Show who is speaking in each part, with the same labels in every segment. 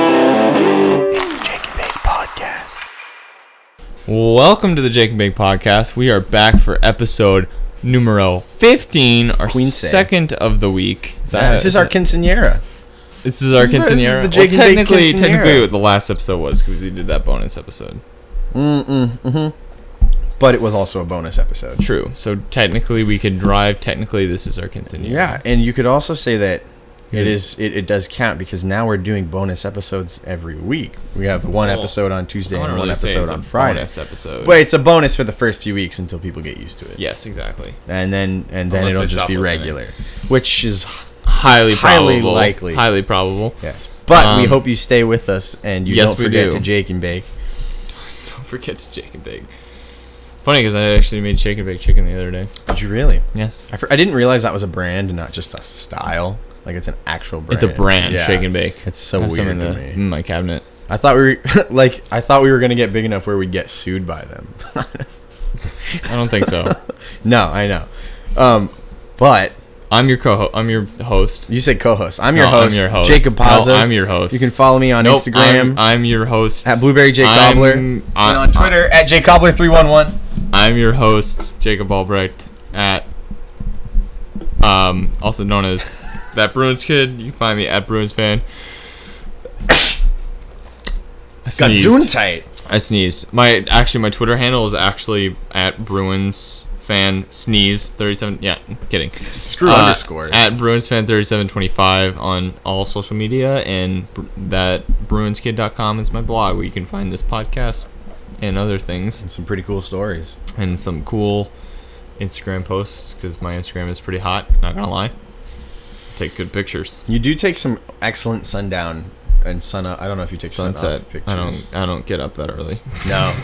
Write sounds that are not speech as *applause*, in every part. Speaker 1: It's the Jake and Bake Podcast.
Speaker 2: Welcome to the Jake and Bake Podcast. We are back for episode numero 15, our
Speaker 1: Quince.
Speaker 2: second of the week. Is that-
Speaker 1: this is our quinceanera.
Speaker 2: this is our
Speaker 1: this is our- this is
Speaker 2: quinceanera.
Speaker 1: the Jake and
Speaker 2: well,
Speaker 1: Bake
Speaker 2: technically,
Speaker 1: quinceanera.
Speaker 2: technically, what the last episode was because we did that bonus episode.
Speaker 1: But it was also a bonus episode.
Speaker 2: True. So technically, we could drive. Technically, this is our quinceanera.
Speaker 1: Yeah, and you could also say that it
Speaker 2: Good.
Speaker 1: is it, it does count because now we're doing bonus episodes every week. We have one
Speaker 2: Well,
Speaker 1: episode on Tuesday
Speaker 2: I
Speaker 1: and
Speaker 2: wouldn't
Speaker 1: one
Speaker 2: really say
Speaker 1: episode
Speaker 2: it's a
Speaker 1: on Friday.
Speaker 2: Bonus episode.
Speaker 1: But it's a bonus for the first few weeks until people get used to it.
Speaker 2: Yes, exactly.
Speaker 1: And then and then
Speaker 2: Unless
Speaker 1: it'll
Speaker 2: they
Speaker 1: just
Speaker 2: stop
Speaker 1: be
Speaker 2: listening.
Speaker 1: regular. Which is
Speaker 2: Highly,
Speaker 1: Highly
Speaker 2: probable.
Speaker 1: likely.
Speaker 2: Highly probable.
Speaker 1: yes. But we
Speaker 2: Um,
Speaker 1: hope you stay with us and you
Speaker 2: yes,
Speaker 1: don't
Speaker 2: we
Speaker 1: forget
Speaker 2: do.
Speaker 1: to Jake and Bake.
Speaker 2: *laughs* Don't forget to Jake and Bake. Funny because I actually made Shake and Bake chicken the other day.
Speaker 1: Did you really?
Speaker 2: Yes.
Speaker 1: I, fr- I didn't realize that was a brand and not just a style. Like it's an actual brand.
Speaker 2: It's a brand,
Speaker 1: Yeah.
Speaker 2: Shake and Bake.
Speaker 1: It's so
Speaker 2: I have some
Speaker 1: weird
Speaker 2: in
Speaker 1: to
Speaker 2: the-
Speaker 1: me.
Speaker 2: in my cabinet.
Speaker 1: I thought we were *laughs* like I thought we were gonna get big enough where we'd get sued by them. *laughs*
Speaker 2: I don't think so.
Speaker 1: no, I know. Um, but
Speaker 2: I'm your co I'm your host.
Speaker 1: you said co-host. I'm your,
Speaker 2: No, I'm
Speaker 1: host,
Speaker 2: your host.
Speaker 1: Jacob
Speaker 2: No,
Speaker 1: Pazos.
Speaker 2: I'm your host.
Speaker 1: You can follow me on
Speaker 2: Nope,
Speaker 1: Instagram
Speaker 2: I'm, I'm your host
Speaker 1: at Blueberry Jake
Speaker 2: I'm-
Speaker 1: Cobbler
Speaker 2: I'm-
Speaker 1: and on Twitter at jcobbler three one one.
Speaker 2: I'm your host, Jacob Albrecht at um also known as
Speaker 1: *laughs*
Speaker 2: that Bruins kid. You can find me at Bruins fan. *coughs* I
Speaker 1: Zoom
Speaker 2: sneezed.
Speaker 1: tight.
Speaker 2: I sneezed. My actually my Twitter handle is actually at Bruins fan sneeze 37 yeah kidding
Speaker 1: Screw
Speaker 2: Uh,
Speaker 1: underscore.
Speaker 2: at Bruins fan 3725 on all social media and br- that bruinskid.com is my blog where you can find this podcast and other things
Speaker 1: Some pretty cool stories.
Speaker 2: and some cool Instagram posts because my Instagram is pretty hot not gonna lie take good pictures
Speaker 1: You do take some excellent sundown and sun up. I don't know if you take
Speaker 2: sunset
Speaker 1: sunset pictures.
Speaker 2: I don't *laughs* I don't get up that early *laughs*
Speaker 1: No,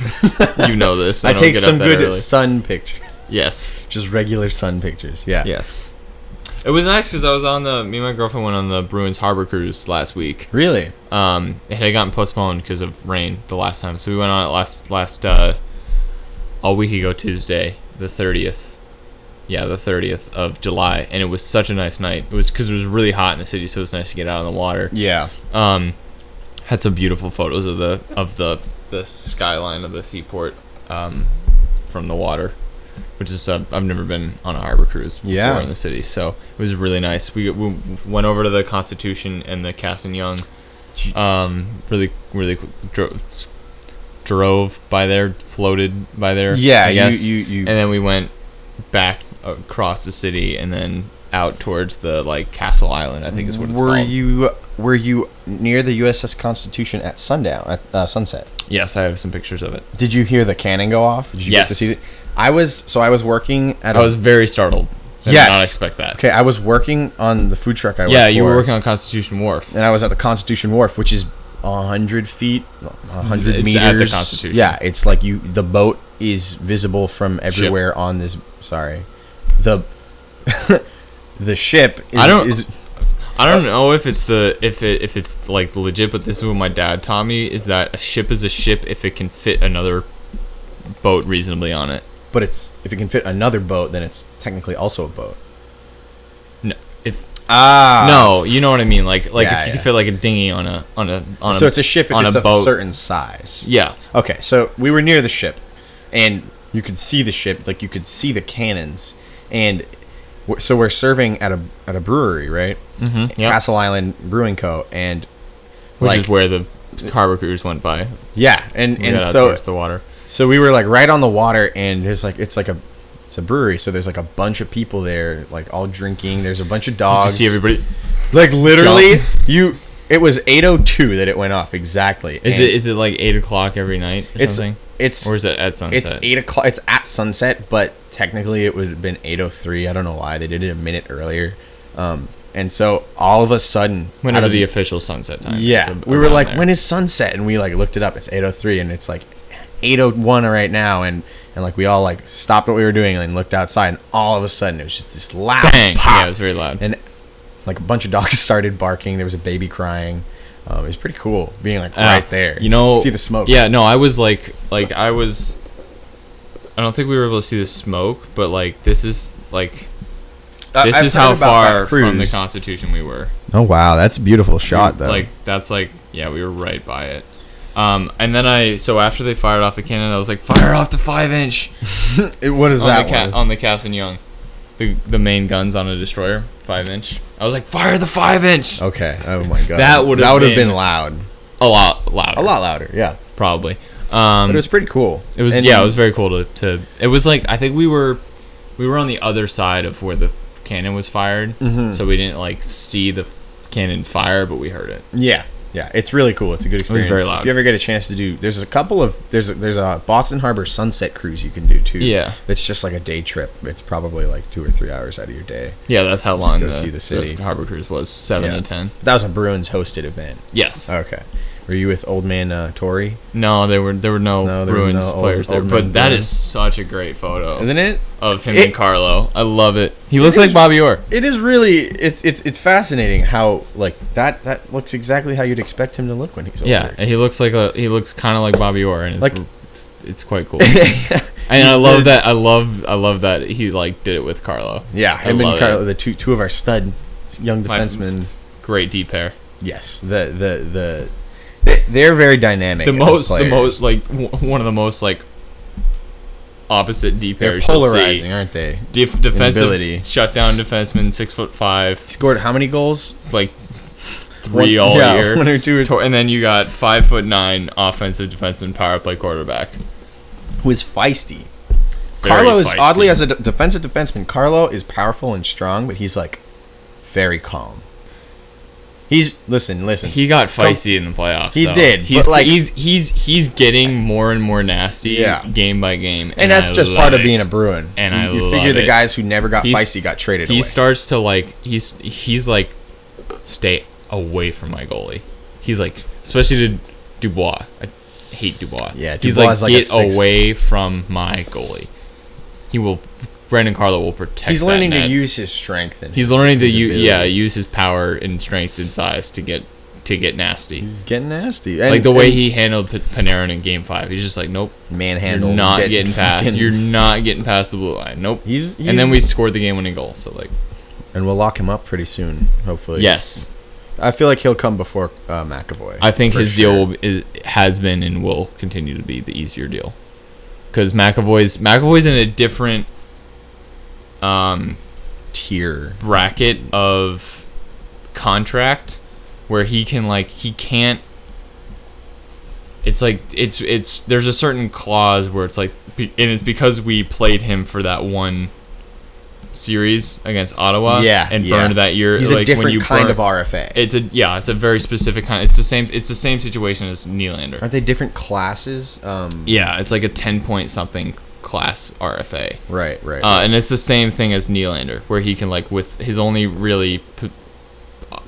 Speaker 2: you know this I,
Speaker 1: I
Speaker 2: don't
Speaker 1: take
Speaker 2: get
Speaker 1: some
Speaker 2: up that
Speaker 1: good
Speaker 2: early.
Speaker 1: sun pictures,
Speaker 2: yes
Speaker 1: just regular sun pictures. Yeah.
Speaker 2: Yes. It was nice because I was on the me and my girlfriend went on the Bruins Harbor cruise last week.
Speaker 1: Really?
Speaker 2: Um, it had gotten postponed because of rain the last time, so we went on it last last uh, a week ago Tuesday, the thirtieth. Yeah, the thirtieth of July, and it was such a nice night. It was because it was really hot in the city, so it was nice to get out on the water.
Speaker 1: Yeah.
Speaker 2: Um, had some beautiful photos of the of the the skyline of the seaport um, from the water, which is uh, I've never been on a harbor cruise before
Speaker 1: Yeah.
Speaker 2: in the city, so it was really nice. We, we went over to the Constitution and the Cass and Young. Um, really, really qu- dro- drove by there, floated by there.
Speaker 1: Yeah.
Speaker 2: I
Speaker 1: You,
Speaker 2: guess.
Speaker 1: you you
Speaker 2: and then we went back across the city and then out towards the like Castle Island. I think is what it's
Speaker 1: were
Speaker 2: called.
Speaker 1: you were you near the USS Constitution at sundown at uh, sunset?
Speaker 2: Yes, I have some pictures of it.
Speaker 1: Did you hear the cannon go off? Did you get to
Speaker 2: Yes.
Speaker 1: see it? I was so I was working at
Speaker 2: I was very startled. I
Speaker 1: Yes.
Speaker 2: did not expect that.
Speaker 1: okay. I was working on the food truck. I worked
Speaker 2: Yeah, you were
Speaker 1: for,
Speaker 2: working on Constitution Wharf.
Speaker 1: and I was at the Constitution Wharf, which is hundred feet, hundred
Speaker 2: It's
Speaker 1: meters.
Speaker 2: at the Constitution.
Speaker 1: Yeah, it's like you. The boat is visible from everywhere on this. Sorry, the *laughs* the ship. Is,
Speaker 2: I don't-
Speaker 1: Is,
Speaker 2: I don't know if it's the if it if it's like legit, but this is what my dad taught me: is that a ship is a ship if it can fit another boat reasonably on it.
Speaker 1: but it's if it can fit another boat, then it's technically also a boat.
Speaker 2: No, if
Speaker 1: Ah,
Speaker 2: no, you know what I mean. Like like
Speaker 1: Yeah,
Speaker 2: if you
Speaker 1: yeah.
Speaker 2: can fit like a dinghy on a on a on
Speaker 1: So
Speaker 2: a
Speaker 1: it's a ship if
Speaker 2: on
Speaker 1: it's
Speaker 2: a
Speaker 1: of
Speaker 2: boat.
Speaker 1: a certain size.
Speaker 2: yeah,
Speaker 1: Okay, so we were near the ship, and you could see the ship, like you could see the cannons, and w- so we're serving at a at a brewery, right? Mm-hmm,
Speaker 2: yeah.
Speaker 1: Castle Island Brewing Co. And
Speaker 2: which
Speaker 1: like,
Speaker 2: is where the harbor cruise went by.
Speaker 1: yeah, and
Speaker 2: We
Speaker 1: and
Speaker 2: got out
Speaker 1: so
Speaker 2: towards the water.
Speaker 1: so we were like right on the water, and there's like it's like a it's a brewery, so there's like a bunch of people there, like all drinking. There's a bunch of
Speaker 2: You
Speaker 1: dogs.
Speaker 2: see everybody.
Speaker 1: like literally, you. It was 8:02 that it went off exactly.
Speaker 2: Is
Speaker 1: and
Speaker 2: it is it like eight o'clock every night or
Speaker 1: it's
Speaker 2: something?
Speaker 1: it's
Speaker 2: Or is it at sunset?
Speaker 1: It's eight o'clock. It's at sunset, but technically it would have been eight o three. I don't know why they did it a minute earlier. Um, and so all of a sudden, out
Speaker 2: Whenever
Speaker 1: of-
Speaker 2: the official sunset time. is,
Speaker 1: yeah,
Speaker 2: ab-
Speaker 1: we were
Speaker 2: around
Speaker 1: like,
Speaker 2: there.
Speaker 1: when is sunset? And we like looked it up. It's eight o three, and it's like eight o one right now. And and like we all like stopped what we were doing and looked outside, and all of a sudden it was just this loud
Speaker 2: bang.
Speaker 1: pop,
Speaker 2: Yeah, it was very loud.
Speaker 1: and like a bunch of dogs *laughs* started barking. There was a baby crying. Um, it was pretty cool being like
Speaker 2: Uh,
Speaker 1: right there.
Speaker 2: You know,
Speaker 1: see the smoke.
Speaker 2: Yeah, no, I was like, like I was I don't think we were able to see the smoke, but like this is like
Speaker 1: I-
Speaker 2: this
Speaker 1: I've
Speaker 2: is
Speaker 1: heard
Speaker 2: how
Speaker 1: about that
Speaker 2: far from
Speaker 1: cruise.
Speaker 2: the Constitution we were.
Speaker 1: Oh wow, that's a beautiful shot though.
Speaker 2: Like that's like yeah, we were right by it. Um, and then I so after they fired off the cannon, I was like, fire off the
Speaker 1: *laughs*
Speaker 2: five inch
Speaker 1: It- what is
Speaker 2: on
Speaker 1: that?
Speaker 2: the ca-
Speaker 1: one?
Speaker 2: on the Casson Young, the the main guns on a destroyer, five inch. I was like, fire the five inch.
Speaker 1: okay. Oh my god.
Speaker 2: That would've
Speaker 1: that would have
Speaker 2: been-
Speaker 1: been loud.
Speaker 2: A lot louder.
Speaker 1: A lot louder. Yeah.
Speaker 2: probably. Um,
Speaker 1: But it was pretty cool.
Speaker 2: It was
Speaker 1: And-
Speaker 2: yeah, it was very cool to, to it was like I think we were we were on the other side of where the cannon was fired,
Speaker 1: Mm-hmm.
Speaker 2: so we didn't like see the cannon fire, but we heard it.
Speaker 1: Yeah, yeah, it's really cool. It's a good
Speaker 2: was
Speaker 1: experience.
Speaker 2: very loud.
Speaker 1: If you ever get a chance to do, there's a couple of there's a, there's a Boston Harbor sunset cruise you can do too.
Speaker 2: Yeah.
Speaker 1: that's just like a day trip. It's probably like two or three hours out of your day.
Speaker 2: Yeah, that's how long
Speaker 1: go
Speaker 2: the,
Speaker 1: see the city.
Speaker 2: Harbor Cruise was seven
Speaker 1: Yeah.
Speaker 2: to ten.
Speaker 1: That was a Bruins hosted event.
Speaker 2: Yes.
Speaker 1: Okay, were you with old man uh, Tori?
Speaker 2: no, there were there were no,
Speaker 1: No, there were
Speaker 2: Bruins
Speaker 1: no old-
Speaker 2: players there,
Speaker 1: old
Speaker 2: but
Speaker 1: men
Speaker 2: that
Speaker 1: Bruins.
Speaker 2: is such a great photo
Speaker 1: Isn't it?
Speaker 2: of him
Speaker 1: It-
Speaker 2: and Carlo. I love it. He looks
Speaker 1: is-
Speaker 2: like Bobby Orr.
Speaker 1: It is really it's it's it's fascinating how like that that looks exactly how you'd expect him to look when he's older.
Speaker 2: Yeah, and he looks like a he looks kind of like Bobby Orr, and it's,
Speaker 1: Like-
Speaker 2: it's, it's quite
Speaker 1: *laughs*
Speaker 2: cool. and I love that. I love I love that he like did it with Carlo.
Speaker 1: yeah,
Speaker 2: I
Speaker 1: him
Speaker 2: love
Speaker 1: and
Speaker 2: it.
Speaker 1: Carl, the two two of our stud young defensemen.
Speaker 2: great deep pair.
Speaker 1: Yes, the the the. they- They're very dynamic.
Speaker 2: The
Speaker 1: as
Speaker 2: most, the
Speaker 1: players.
Speaker 2: most like w- one of the most like opposite deep
Speaker 1: They're
Speaker 2: pairs. you'll see.
Speaker 1: polarizing, aren't they?
Speaker 2: Def- defensive
Speaker 1: ability.
Speaker 2: shutdown defenseman, six foot
Speaker 1: He
Speaker 2: five,
Speaker 1: scored how many goals?
Speaker 2: like three
Speaker 1: One-
Speaker 2: all
Speaker 1: yeah,
Speaker 2: year.
Speaker 1: one or two or-
Speaker 2: To- and then you got five foot nine offensive defenseman, power play quarterback.
Speaker 1: Who is feisty.
Speaker 2: Very
Speaker 1: Carlo is
Speaker 2: feisty.
Speaker 1: oddly as a de- defensive defenseman. Carlo is powerful and strong, but he's like very calm. He's listen, listen.
Speaker 2: He got feisty in the playoffs.
Speaker 1: He
Speaker 2: though.
Speaker 1: did,
Speaker 2: He's
Speaker 1: but, like-
Speaker 2: he's he's he's getting more and more nasty.
Speaker 1: Yeah.
Speaker 2: game by game,
Speaker 1: and that's
Speaker 2: I
Speaker 1: just
Speaker 2: love
Speaker 1: part of
Speaker 2: it.
Speaker 1: being a Bruin.
Speaker 2: And
Speaker 1: you,
Speaker 2: I
Speaker 1: you
Speaker 2: love
Speaker 1: figure the
Speaker 2: it.
Speaker 1: guys who never got
Speaker 2: He's-
Speaker 1: feisty got traded
Speaker 2: He
Speaker 1: away.
Speaker 2: starts to like he's he's like stay away from my goalie. He's like especially to Dubois. I hate Dubois.
Speaker 1: Yeah,
Speaker 2: he's
Speaker 1: Dubois
Speaker 2: like,
Speaker 1: is like a
Speaker 2: get
Speaker 1: six."
Speaker 2: away from my goalie. He will. Brandon Carlo will protect.
Speaker 1: he's
Speaker 2: that
Speaker 1: learning to
Speaker 2: net.
Speaker 1: use his strength and
Speaker 2: He's
Speaker 1: his-
Speaker 2: learning to
Speaker 1: his
Speaker 2: use
Speaker 1: ability.
Speaker 2: yeah use his power and strength and size to get to get nasty.
Speaker 1: He's getting nasty. And,
Speaker 2: like the way
Speaker 1: and
Speaker 2: he handled P- Panarin in Game Five, he's just like, nope,
Speaker 1: manhandled,
Speaker 2: you're not
Speaker 1: get
Speaker 2: getting,
Speaker 1: *laughs*
Speaker 2: past,
Speaker 1: fucking-
Speaker 2: you're not getting past the blue line. Nope.
Speaker 1: He's-
Speaker 2: and then
Speaker 1: he's-
Speaker 2: we scored the game-winning goal. So like,
Speaker 1: and we'll lock him up pretty soon, hopefully.
Speaker 2: yes,
Speaker 1: I feel like he'll come before uh, McAvoy.
Speaker 2: I think
Speaker 1: for
Speaker 2: his
Speaker 1: sure.
Speaker 2: deal will, is, has been and will continue to be the easier deal because McAvoy's McAvoy's in a different
Speaker 1: tier.
Speaker 2: bracket of contract where he can like he can't it's like it's it's there's a certain clause where it's like be- and it's because we played him for that one series against Ottawa
Speaker 1: yeah,
Speaker 2: Uh, and
Speaker 1: yeah.
Speaker 2: burned that year
Speaker 1: He's
Speaker 2: like
Speaker 1: a different
Speaker 2: when you
Speaker 1: kind
Speaker 2: burn,
Speaker 1: of RFA.
Speaker 2: it's a yeah it's a very specific kind it's the same it's the same situation as Nylander
Speaker 1: Aren't they different classes? Um,
Speaker 2: yeah it's like a 10 point something class RFA
Speaker 1: Right, right.
Speaker 2: Uh, and it's the same thing as Nylander, where he can like with his only really p-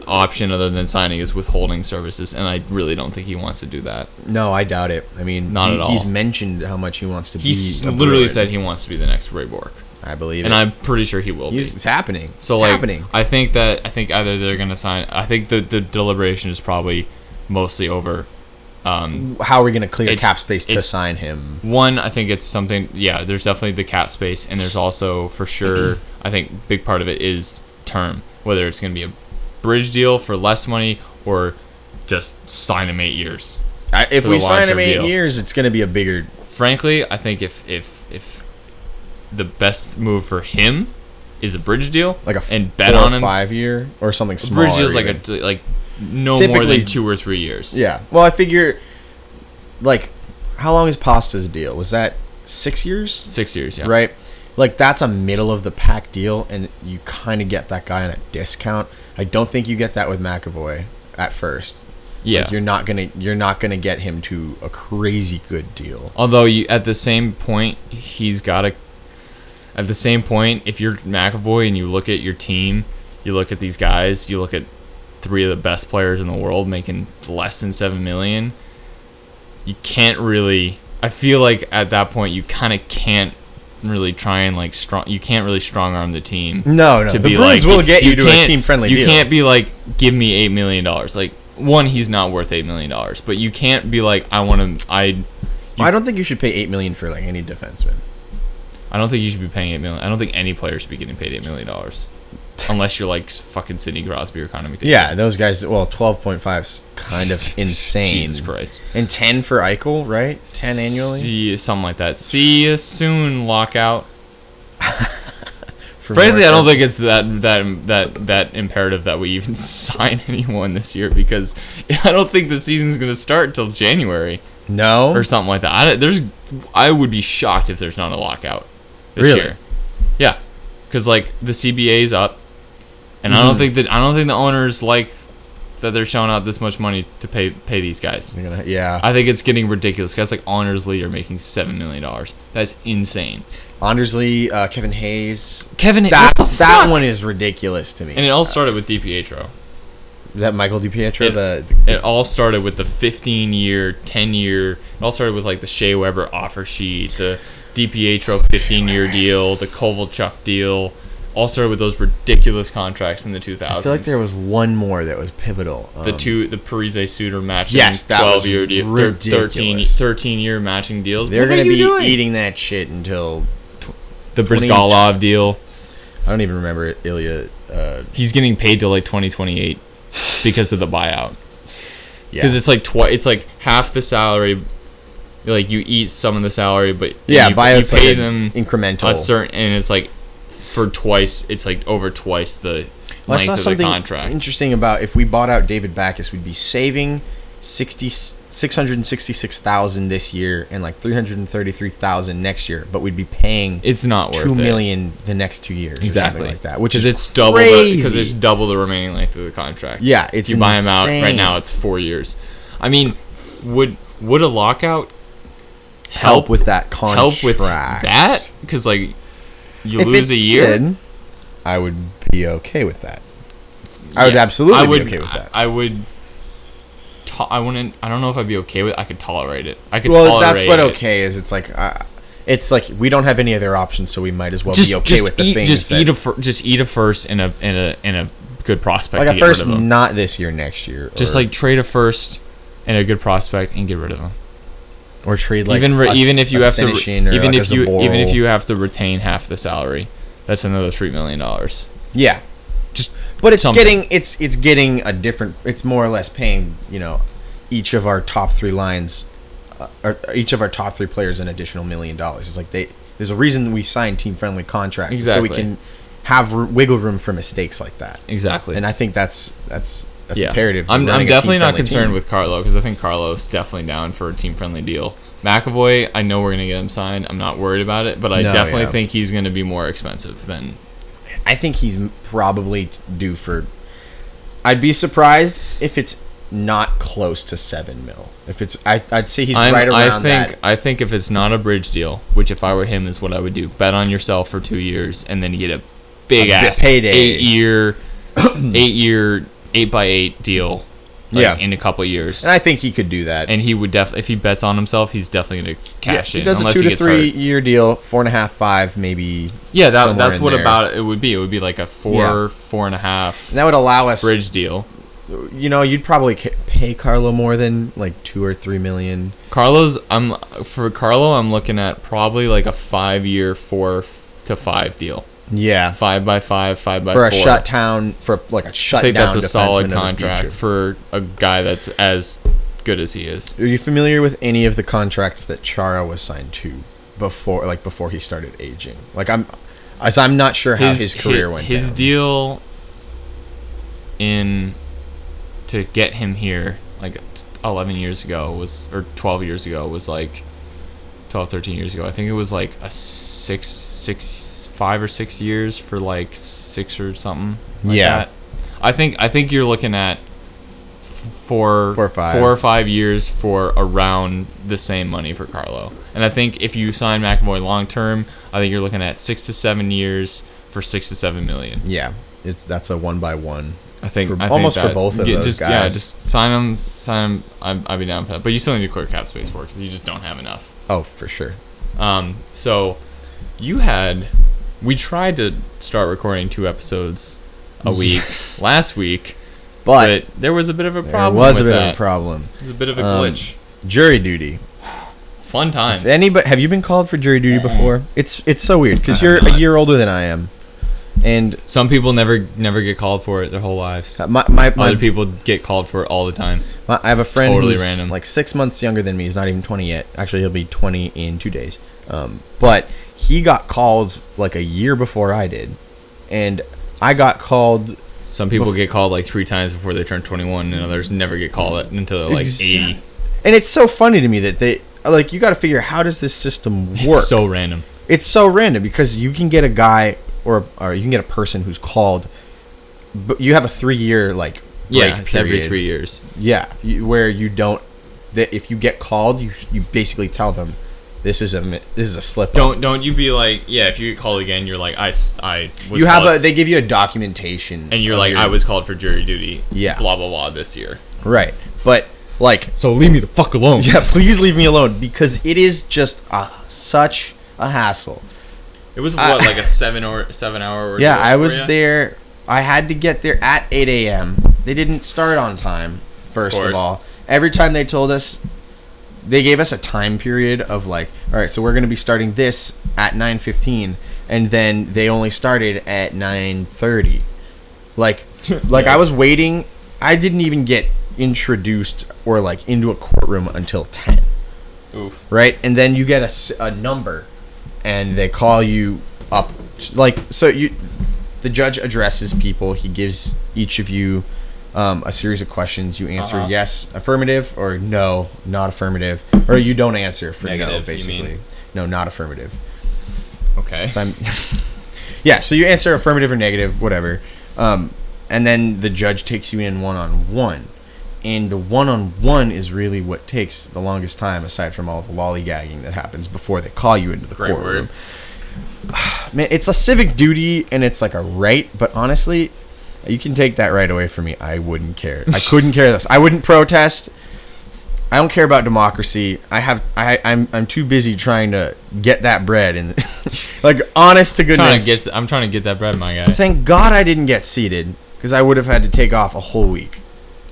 Speaker 2: option other than signing is withholding services, and I really don't think he wants to do that.
Speaker 1: no, I doubt it. I mean,
Speaker 2: Not
Speaker 1: he-
Speaker 2: at all.
Speaker 1: He's mentioned how much he wants to be.
Speaker 2: He s-
Speaker 1: a
Speaker 2: literally
Speaker 1: Bruin.
Speaker 2: said he wants to be the next Ray Bork,
Speaker 1: I believe
Speaker 2: and
Speaker 1: it.
Speaker 2: I'm pretty sure he will
Speaker 1: He's,
Speaker 2: be.
Speaker 1: it's happening.
Speaker 2: So
Speaker 1: it's
Speaker 2: like,
Speaker 1: happening.
Speaker 2: I think that I think either they're gonna sign. I think the the deliberation is probably mostly over.
Speaker 1: How are we going to clear
Speaker 2: It's-
Speaker 1: cap space to
Speaker 2: it's-
Speaker 1: sign him?
Speaker 2: One, I think it's something. Yeah, there's definitely the cap space, and there's also for sure. I think big part of it is term, whether it's going to be a bridge deal for less money or just sign him eight years.
Speaker 1: I, if
Speaker 2: for the
Speaker 1: we sign him
Speaker 2: long-term
Speaker 1: eight
Speaker 2: deal.
Speaker 1: years, it's going to be a bigger.
Speaker 2: Frankly, I think if if if the best move for him is a bridge deal,
Speaker 1: Like a f-
Speaker 2: and bet
Speaker 1: four
Speaker 2: on
Speaker 1: or
Speaker 2: him,
Speaker 1: five year or something smaller.
Speaker 2: bridge deal's like
Speaker 1: even.
Speaker 2: a like no more
Speaker 1: Typically-
Speaker 2: than two or three years.
Speaker 1: Yeah. Well, I figure, like, how long is Pasta's deal? Was that six years?
Speaker 2: six years. Yeah,
Speaker 1: right? Like that's a middle of the pack deal, and you kind of get that guy on a discount. I don't think you get that with McAvoy at first.
Speaker 2: Yeah,
Speaker 1: Like, you're not gonna you're not gonna get him to a crazy good deal.
Speaker 2: Although you, at the same point, he's got to. At the same point, if you're McAvoy and you look at your team, you look at these guys, you look at three of the best players in the world making less than seven million. You can't really. I feel like at that point you kind of can't really try and like strong. You can't really strong arm the team.
Speaker 1: No, no.
Speaker 2: To
Speaker 1: the
Speaker 2: be
Speaker 1: Bruins
Speaker 2: like,
Speaker 1: will get you, to a
Speaker 2: can't-
Speaker 1: team friendly
Speaker 2: You
Speaker 1: deal.
Speaker 2: can't be like, give me eight million dollars. Like one, he's not worth eight million dollars. But you can't be like, I want to. I
Speaker 1: I don't think you should pay eight million for like any defenseman.
Speaker 2: I don't think you should be paying eight million. I don't think any player should be getting paid eight
Speaker 1: *laughs*
Speaker 2: million dollars, unless you're like s- fucking Sidney Crosby or Connor McDavid.
Speaker 1: Yeah, those guys. Well, twelve point five is kind of insane.
Speaker 2: *laughs* Jesus Christ.
Speaker 1: And ten for Eichel, right? Ten annually.
Speaker 2: See you, something like that. See you soon, lockout.
Speaker 1: For
Speaker 2: Frankly,
Speaker 1: Mark-
Speaker 2: I don't think it's that that that that imperative that we even *laughs* sign anyone this year because *laughs* I don't think the season's gonna start till January
Speaker 1: no.
Speaker 2: or something like that. I don't- there's I would be shocked if there's not a lockout this
Speaker 1: Really?
Speaker 2: year. Yeah, because like the CBA's up, and I don't think that I don't think the owners like that they're showing out this much money to pay pay these guys.
Speaker 1: They're gonna- yeah.
Speaker 2: I think it's getting ridiculous. Guys like Honors Lee are making seven million dollars. That's insane.
Speaker 1: Andersley, uh, Kevin Hayes.
Speaker 2: Kevin,
Speaker 1: That
Speaker 2: what the
Speaker 1: that
Speaker 2: fuck?
Speaker 1: one is ridiculous to me.
Speaker 2: and it all started with DiPietro.
Speaker 1: Is that Michael DiPietro?
Speaker 2: It-
Speaker 1: the, the
Speaker 2: It all started with the 15 year, 10 year. It all started with like the Shea Weber offer sheet, the DiPietro 15 year deal, the Kovalchuk deal. All started with those ridiculous contracts in the 2000s.
Speaker 1: I feel like there was one more that was pivotal.
Speaker 2: the
Speaker 1: Um,
Speaker 2: two, the Parise Suter matching
Speaker 1: Yes, that was
Speaker 2: 12 year deal, thir- 13,
Speaker 1: ridiculous.
Speaker 2: 13 year matching deals.
Speaker 1: They're
Speaker 2: What are
Speaker 1: gonna
Speaker 2: you
Speaker 1: be
Speaker 2: doing?
Speaker 1: eating that shit until
Speaker 2: the Brizgalov deal.
Speaker 1: I don't even remember Ilya. Uh,
Speaker 2: He's getting paid till like 2028 because of the buyout.
Speaker 1: yeah.
Speaker 2: because it's like twi- it's like half the salary like you eat some of the salary but
Speaker 1: yeah,
Speaker 2: you, you
Speaker 1: buyout's like
Speaker 2: pay
Speaker 1: an
Speaker 2: them
Speaker 1: incremental.
Speaker 2: a certain and it's like for twice it's like over twice the
Speaker 1: Well, I
Speaker 2: length
Speaker 1: saw
Speaker 2: of
Speaker 1: something
Speaker 2: the contract
Speaker 1: interesting about if we bought out David Backus, we'd be saving 60, 666,000 this year and like 333,000 next year, but we'd be paying
Speaker 2: it's not worth
Speaker 1: two
Speaker 2: it.
Speaker 1: million the next two years or
Speaker 2: exactly
Speaker 1: something like that, which is
Speaker 2: it's double because
Speaker 1: crazy.
Speaker 2: it's double the remaining length of the contract
Speaker 1: Yeah, it's
Speaker 2: you buy him out right
Speaker 1: insane.
Speaker 2: now it's four years i mean would would a lockout
Speaker 1: help with that contract.
Speaker 2: help with that because like you
Speaker 1: If
Speaker 2: lose
Speaker 1: it
Speaker 2: a year
Speaker 1: did, I would be okay with that. I would
Speaker 2: Yeah.
Speaker 1: absolutely
Speaker 2: I would,
Speaker 1: be okay with that.
Speaker 2: I, I would. To- I wouldn't. I don't know if I'd be okay with. I could tolerate it. I could.
Speaker 1: well,
Speaker 2: tolerate
Speaker 1: that's what
Speaker 2: it.
Speaker 1: okay is. It's like uh, it's like we don't have any other options, so we might as well
Speaker 2: Just,
Speaker 1: be okay
Speaker 2: just
Speaker 1: with the
Speaker 2: eat.
Speaker 1: things.
Speaker 2: just
Speaker 1: that-
Speaker 2: eat a. Fir- just eat a first and a and a and a good prospect.
Speaker 1: like
Speaker 2: to
Speaker 1: a
Speaker 2: get rid
Speaker 1: first,
Speaker 2: of 'em.
Speaker 1: not this year, next year.
Speaker 2: Just
Speaker 1: or-
Speaker 2: like trade a first and a good prospect and get rid of them.
Speaker 1: or trade like
Speaker 2: even re-
Speaker 1: a
Speaker 2: even
Speaker 1: s-
Speaker 2: if you
Speaker 1: a
Speaker 2: have to re-
Speaker 1: Sinishin or,
Speaker 2: even
Speaker 1: like, a
Speaker 2: if you even if
Speaker 1: Zaboral.
Speaker 2: you have to retain half the salary, that's another three million dollars.
Speaker 1: yeah,
Speaker 2: Just
Speaker 1: but it's
Speaker 2: something.
Speaker 1: getting it's it's getting a different. It's more or less paying you know each of our top three lines, uh, or each of our top three players an additional million dollars. It's like they there's a reason we sign team friendly contracts so
Speaker 2: Exactly.
Speaker 1: we can have r- wiggle room for mistakes like that.
Speaker 2: exactly.
Speaker 1: And I think that's that's that's imperative. to
Speaker 2: I'm,
Speaker 1: running
Speaker 2: I'm
Speaker 1: a
Speaker 2: definitely not
Speaker 1: team-friendly
Speaker 2: concerned
Speaker 1: team.
Speaker 2: with Carlo because I think Carlo's definitely down for a team friendly deal. McAvoy, I know we're gonna get him signed. I'm not worried about it, but I
Speaker 1: No,
Speaker 2: definitely
Speaker 1: yeah.
Speaker 2: think he's gonna be more expensive than
Speaker 1: I think he's probably t- due for. I'd be surprised if it's not close to seven mil. If it's, I, I'd say he's
Speaker 2: I'm-
Speaker 1: right around
Speaker 2: I
Speaker 1: that.
Speaker 2: think. I think if it's not a bridge deal, which if I were him is what I would do, bet on yourself for two years and then you get a big
Speaker 1: A bi-
Speaker 2: ass
Speaker 1: payday. *clears throat*
Speaker 2: eight year, eight year, eight by eight deal, like,
Speaker 1: Yeah.
Speaker 2: in a couple of years.
Speaker 1: And I think he could do that.
Speaker 2: And he would def if he bets on himself, he's definitely gonna
Speaker 1: Yeah,
Speaker 2: cash
Speaker 1: if
Speaker 2: in
Speaker 1: he does a
Speaker 2: unless
Speaker 1: two
Speaker 2: he
Speaker 1: to
Speaker 2: gets
Speaker 1: three
Speaker 2: hurt.
Speaker 1: year deal, four and a half, five, maybe.
Speaker 2: Yeah, that,
Speaker 1: somewhere
Speaker 2: that's
Speaker 1: in
Speaker 2: what
Speaker 1: there.
Speaker 2: about it would be. It would be like a four,
Speaker 1: Yeah.
Speaker 2: four and a half
Speaker 1: And that would allow us.
Speaker 2: bridge deal.
Speaker 1: You know, you'd probably ca- pay Carlo more than like two or three million.
Speaker 2: Carlos, I'm for Carlo. I'm looking at probably like a five-year, four f- to five deal,
Speaker 1: Yeah,
Speaker 2: five by five, five by
Speaker 1: for
Speaker 2: four.
Speaker 1: a shut down for like a shut
Speaker 2: I think
Speaker 1: down
Speaker 2: that's a solid
Speaker 1: defenseman of the
Speaker 2: contract
Speaker 1: future.
Speaker 2: for a guy that's as good as he is.
Speaker 1: Are you familiar with any of the contracts that Chara was signed to before, like before he started aging? Like I'm, as I'm not sure how his, career
Speaker 2: hi-
Speaker 1: went.
Speaker 2: His
Speaker 1: down.
Speaker 2: deal in to get him here like t- 11 years ago was or 12 years ago was like 12 13 years ago. I think it was like a six six five or 6 years for like 6 or something. like
Speaker 1: Yeah.
Speaker 2: that. I think I think you're looking at f- four
Speaker 1: Four or five.
Speaker 2: four or five years for around the same money for Carlo. And I think if you sign McAvoy long term, I think you're looking at six to seven years for six to seven million.
Speaker 1: yeah, it's that's a one by one.
Speaker 2: I think
Speaker 1: For-
Speaker 2: I think
Speaker 1: almost for
Speaker 2: that-
Speaker 1: both of
Speaker 2: yeah,
Speaker 1: those
Speaker 2: just,
Speaker 1: guys.
Speaker 2: Yeah, just sign him. Sign him. I'm, I'd be down for that. But you still need to clear cap space for it because you just don't have enough.
Speaker 1: Oh, for sure.
Speaker 2: Um, so you had we tried to start recording two episodes a *laughs* week last week,
Speaker 1: But,
Speaker 2: but there was a bit of a
Speaker 1: there
Speaker 2: problem.
Speaker 1: was a
Speaker 2: with
Speaker 1: bit
Speaker 2: that.
Speaker 1: of a problem.
Speaker 2: It was a bit of a
Speaker 1: Um,
Speaker 2: glitch.
Speaker 1: Jury duty.
Speaker 2: fun time.
Speaker 1: If anybody, have you been called for jury duty before? It's it's so weird because
Speaker 2: *laughs*
Speaker 1: you're a year older than I am, and
Speaker 2: Some people never never get called for it their whole lives.
Speaker 1: my my, my,
Speaker 2: Other people get called for it all the time.
Speaker 1: my- I have a friend
Speaker 2: totally
Speaker 1: who's
Speaker 2: random.
Speaker 1: like six months younger than me. He's not even twenty yet. Actually, he'll be twenty in two days. Um, but he got called like a year before I did, and I got called
Speaker 2: Some people get called like three times before they turn 21, and others never get called until they're like
Speaker 1: Exa-
Speaker 2: 80.
Speaker 1: And it's so funny to me that they like you got to figure how does this system work.
Speaker 2: It's so random.
Speaker 1: it's so random because you can get a guy or or you can get a person who's called, but you have a three year like break
Speaker 2: yeah, it's every
Speaker 1: period.
Speaker 2: three years.
Speaker 1: yeah you, where you don't that if you get called you you basically tell them this is a mi- this is a slip up.
Speaker 2: Don't don't you be like yeah. If you get called again, you're like I s- I was
Speaker 1: You have
Speaker 2: called-
Speaker 1: a they give you a documentation
Speaker 2: and you're
Speaker 1: of
Speaker 2: like
Speaker 1: your-
Speaker 2: I was called for jury duty.
Speaker 1: Yeah.
Speaker 2: Blah blah blah this year.
Speaker 1: right but like *laughs*
Speaker 2: So leave me the fuck alone.
Speaker 1: yeah please leave me alone because it is just uh, such a hassle.
Speaker 2: It was what like a seven or seven hour.
Speaker 1: Yeah,
Speaker 2: ordeal
Speaker 1: I
Speaker 2: for
Speaker 1: was
Speaker 2: ya?
Speaker 1: there. I had to get there at 8 a.m. They didn't start on time, first of,
Speaker 2: course.
Speaker 1: all. Every time they told us, they gave us a time period of like, all right, so we're going to be starting this at 9.15. And then they only started at 9.30.
Speaker 2: *laughs*
Speaker 1: Like, like I was waiting. I didn't even get introduced or like into a courtroom until 10
Speaker 2: Oof.
Speaker 1: right? And then you get a s- a, number, and they call you up. Like so, you the judge addresses people. He gives each of you um, a series of questions. You answer
Speaker 2: Uh-huh.
Speaker 1: yes, affirmative, or no, not affirmative, or you don't answer for
Speaker 2: Negative, you
Speaker 1: no,
Speaker 2: mean.
Speaker 1: basically. No, not affirmative.
Speaker 2: Okay.
Speaker 1: I'm, *laughs* yeah, so you answer affirmative or negative, whatever. Um, and then the judge takes you in one on one. And the one on one is really what takes the longest time, aside from all the lollygagging that happens before they call you into the
Speaker 2: Great
Speaker 1: courtroom.
Speaker 2: word.
Speaker 1: Man, it's a civic duty and it's like a right, but honestly, you can take that right away from me. I wouldn't care.
Speaker 2: *laughs*
Speaker 1: I couldn't care less. I wouldn't protest. I don't care about democracy. I have I I'm I'm too busy trying to get that bread and *laughs* like honest to
Speaker 2: trying to
Speaker 1: goodness.
Speaker 2: get. I'm trying to get that bread, my guy.
Speaker 1: Thank God I didn't get seated because I would have had to take off a whole week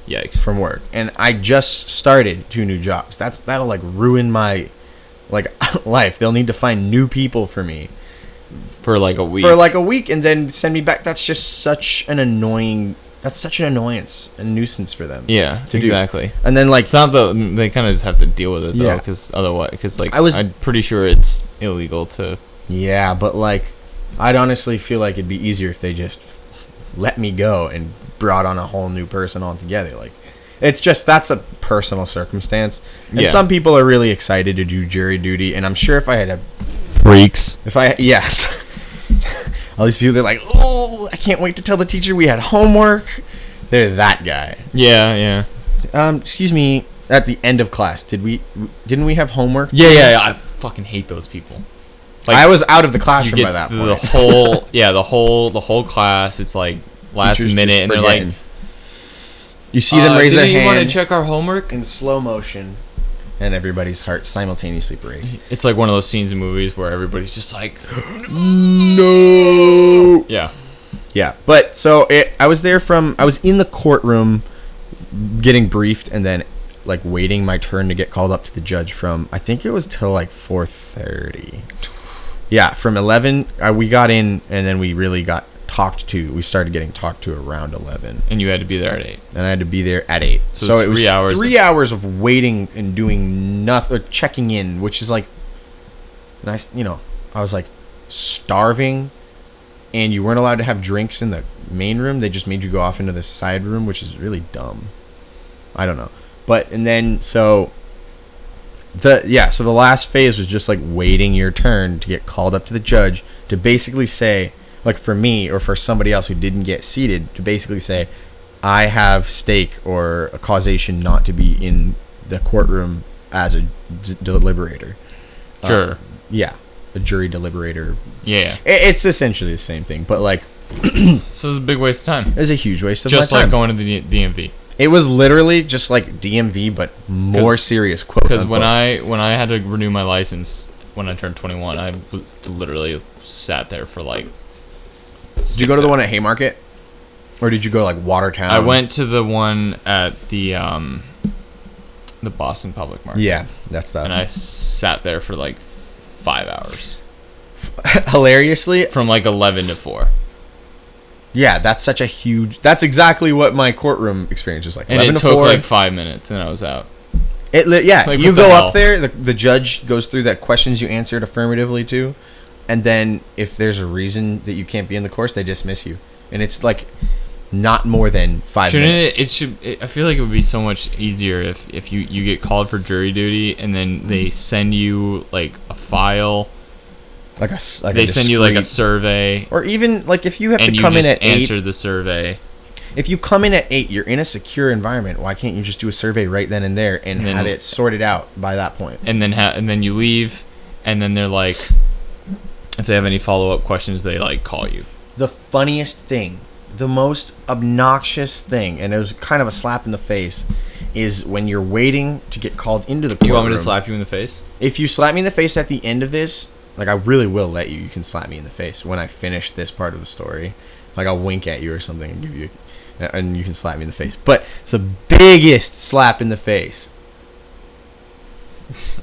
Speaker 2: Yikes.
Speaker 1: from work. And I just started two new jobs. That's that'll like ruin my like *laughs* life. They'll need to find new people for me
Speaker 2: For like a week.
Speaker 1: for like a week and then send me back. That's just such an annoying. That's such an annoyance, a nuisance for them.
Speaker 2: yeah.
Speaker 1: to do.
Speaker 2: Exactly.
Speaker 1: And then like
Speaker 2: It's not the they kind of just have to deal with it though,
Speaker 1: Yeah.
Speaker 2: because otherwise, because like
Speaker 1: I
Speaker 2: I
Speaker 1: was-
Speaker 2: was, I'm pretty sure it's illegal to.
Speaker 1: yeah, but like I'd honestly feel like it'd be easier if they just let me go and brought on a whole new person altogether. Like it's just that's a personal circumstance. And
Speaker 2: Yeah.
Speaker 1: some people are really excited to do jury duty, and I'm sure if I had a
Speaker 2: Freaks.
Speaker 1: If I yes, *laughs* all these people they're like, oh, I can't wait to tell the teacher we had homework. They're that guy.
Speaker 2: Yeah, yeah,
Speaker 1: Um, excuse me. At the end of class, did we didn't we have homework?
Speaker 2: yeah, yeah. yeah. I fucking hate those people. Like,
Speaker 1: I was out of the
Speaker 2: You
Speaker 1: classroom
Speaker 2: get
Speaker 1: by that
Speaker 2: the
Speaker 1: point. *laughs*
Speaker 2: whole yeah, the whole the whole class. It's like last
Speaker 1: Teachers
Speaker 2: minute,
Speaker 1: just
Speaker 2: and they're like,
Speaker 1: forgetting. you see them
Speaker 2: "Uh,
Speaker 1: raise their
Speaker 2: didn't you want
Speaker 1: hand
Speaker 2: to check our homework?"
Speaker 1: in slow motion, and everybody's heart simultaneously breaks. *laughs*
Speaker 2: It's like one of those scenes in movies where everybody's just like, *gasps*
Speaker 1: no.
Speaker 2: "Yeah,
Speaker 1: Yeah, but so it, I was there from I was in the courtroom getting briefed and then like waiting my turn to get called up to the judge from I think it was till like 4:30. Yeah, from 11 uh, we got in and then we really got talked to. We started getting talked to around 11
Speaker 2: and you had to be there at eight.
Speaker 1: and I had to be there at 8. So,
Speaker 2: So
Speaker 1: it
Speaker 2: it's
Speaker 1: was
Speaker 2: three hours of-
Speaker 1: 3 hours of waiting and doing nothing or checking in, which is like and I s you know, I was like starving and you weren't allowed to have drinks in the main room. They just made you go off into the side room, which is really dumb. I don't know. But and then so the yeah, so the last phase was just like waiting your turn to get called up to the judge to basically say like for me or for somebody else who didn't get seated to basically say I have stake or a causation not to be in the courtroom as a d- deliberator. Uh,
Speaker 2: Sure,
Speaker 1: Yeah, a jury deliberator.
Speaker 2: yeah."
Speaker 1: I- It's essentially the same thing, but like
Speaker 2: So it's a big waste of time.
Speaker 1: it was a huge waste of
Speaker 2: Just
Speaker 1: my
Speaker 2: like
Speaker 1: time.
Speaker 2: going to the D- DMV.
Speaker 1: it was literally just like DMV, but more
Speaker 2: 'Cause-
Speaker 1: serious. Quote
Speaker 2: Because when
Speaker 1: unquote.
Speaker 2: I when I had to renew my license when I turned 21, I was literally sat there for like.
Speaker 1: did you go to the one um, at Haymarket, or did you go to like Watertown?
Speaker 2: I went to the one at the um the Boston public market.
Speaker 1: Yeah, that's that.
Speaker 2: And I sat there for like five hours
Speaker 1: *laughs* Hilariously,
Speaker 2: from like 11 to 4.
Speaker 1: yeah, that's such a huge. That's exactly what my courtroom experience was like.
Speaker 2: And
Speaker 1: 11
Speaker 2: it
Speaker 1: to
Speaker 2: took
Speaker 1: 4.
Speaker 2: like five minutes and I was out.
Speaker 1: It li- yeah,
Speaker 2: Like,
Speaker 1: you
Speaker 2: what the
Speaker 1: go
Speaker 2: hell?
Speaker 1: up there. The, the judge goes through that questions you answered affirmatively to, and then if there's a reason that you can't be in the course, they dismiss you, and it's like not more than 5
Speaker 2: Shouldn't
Speaker 1: minutes.
Speaker 2: it? It should. It, I feel like it would be so much easier if if you you get called for jury duty and then they send you like a file.
Speaker 1: like a s- like a
Speaker 2: They send you like a
Speaker 1: discrete-
Speaker 2: survey,
Speaker 1: or even like if you have
Speaker 2: and
Speaker 1: to
Speaker 2: you
Speaker 1: come in
Speaker 2: just
Speaker 1: at
Speaker 2: answer
Speaker 1: eight.
Speaker 2: the survey.
Speaker 1: If you come in at eight, you're in a secure environment. Why can't you just do a survey right then and there and
Speaker 2: And then-
Speaker 1: have it sorted out by that point?
Speaker 2: and then ha- and then you leave, and then they're like, if they have any follow up questions, they like call you.
Speaker 1: the funniest thing, the most obnoxious thing, and it was kind of a slap in the face, is when you're waiting to get called into the courtroom.
Speaker 2: You want me to slap you in the face?
Speaker 1: If you slap me in the face at the end of this, like I really will let you. You can slap me in the face when I finish this part of the story. Like I'll wink at you or something and give you, and you can slap me in the face. But it's the biggest slap in the face.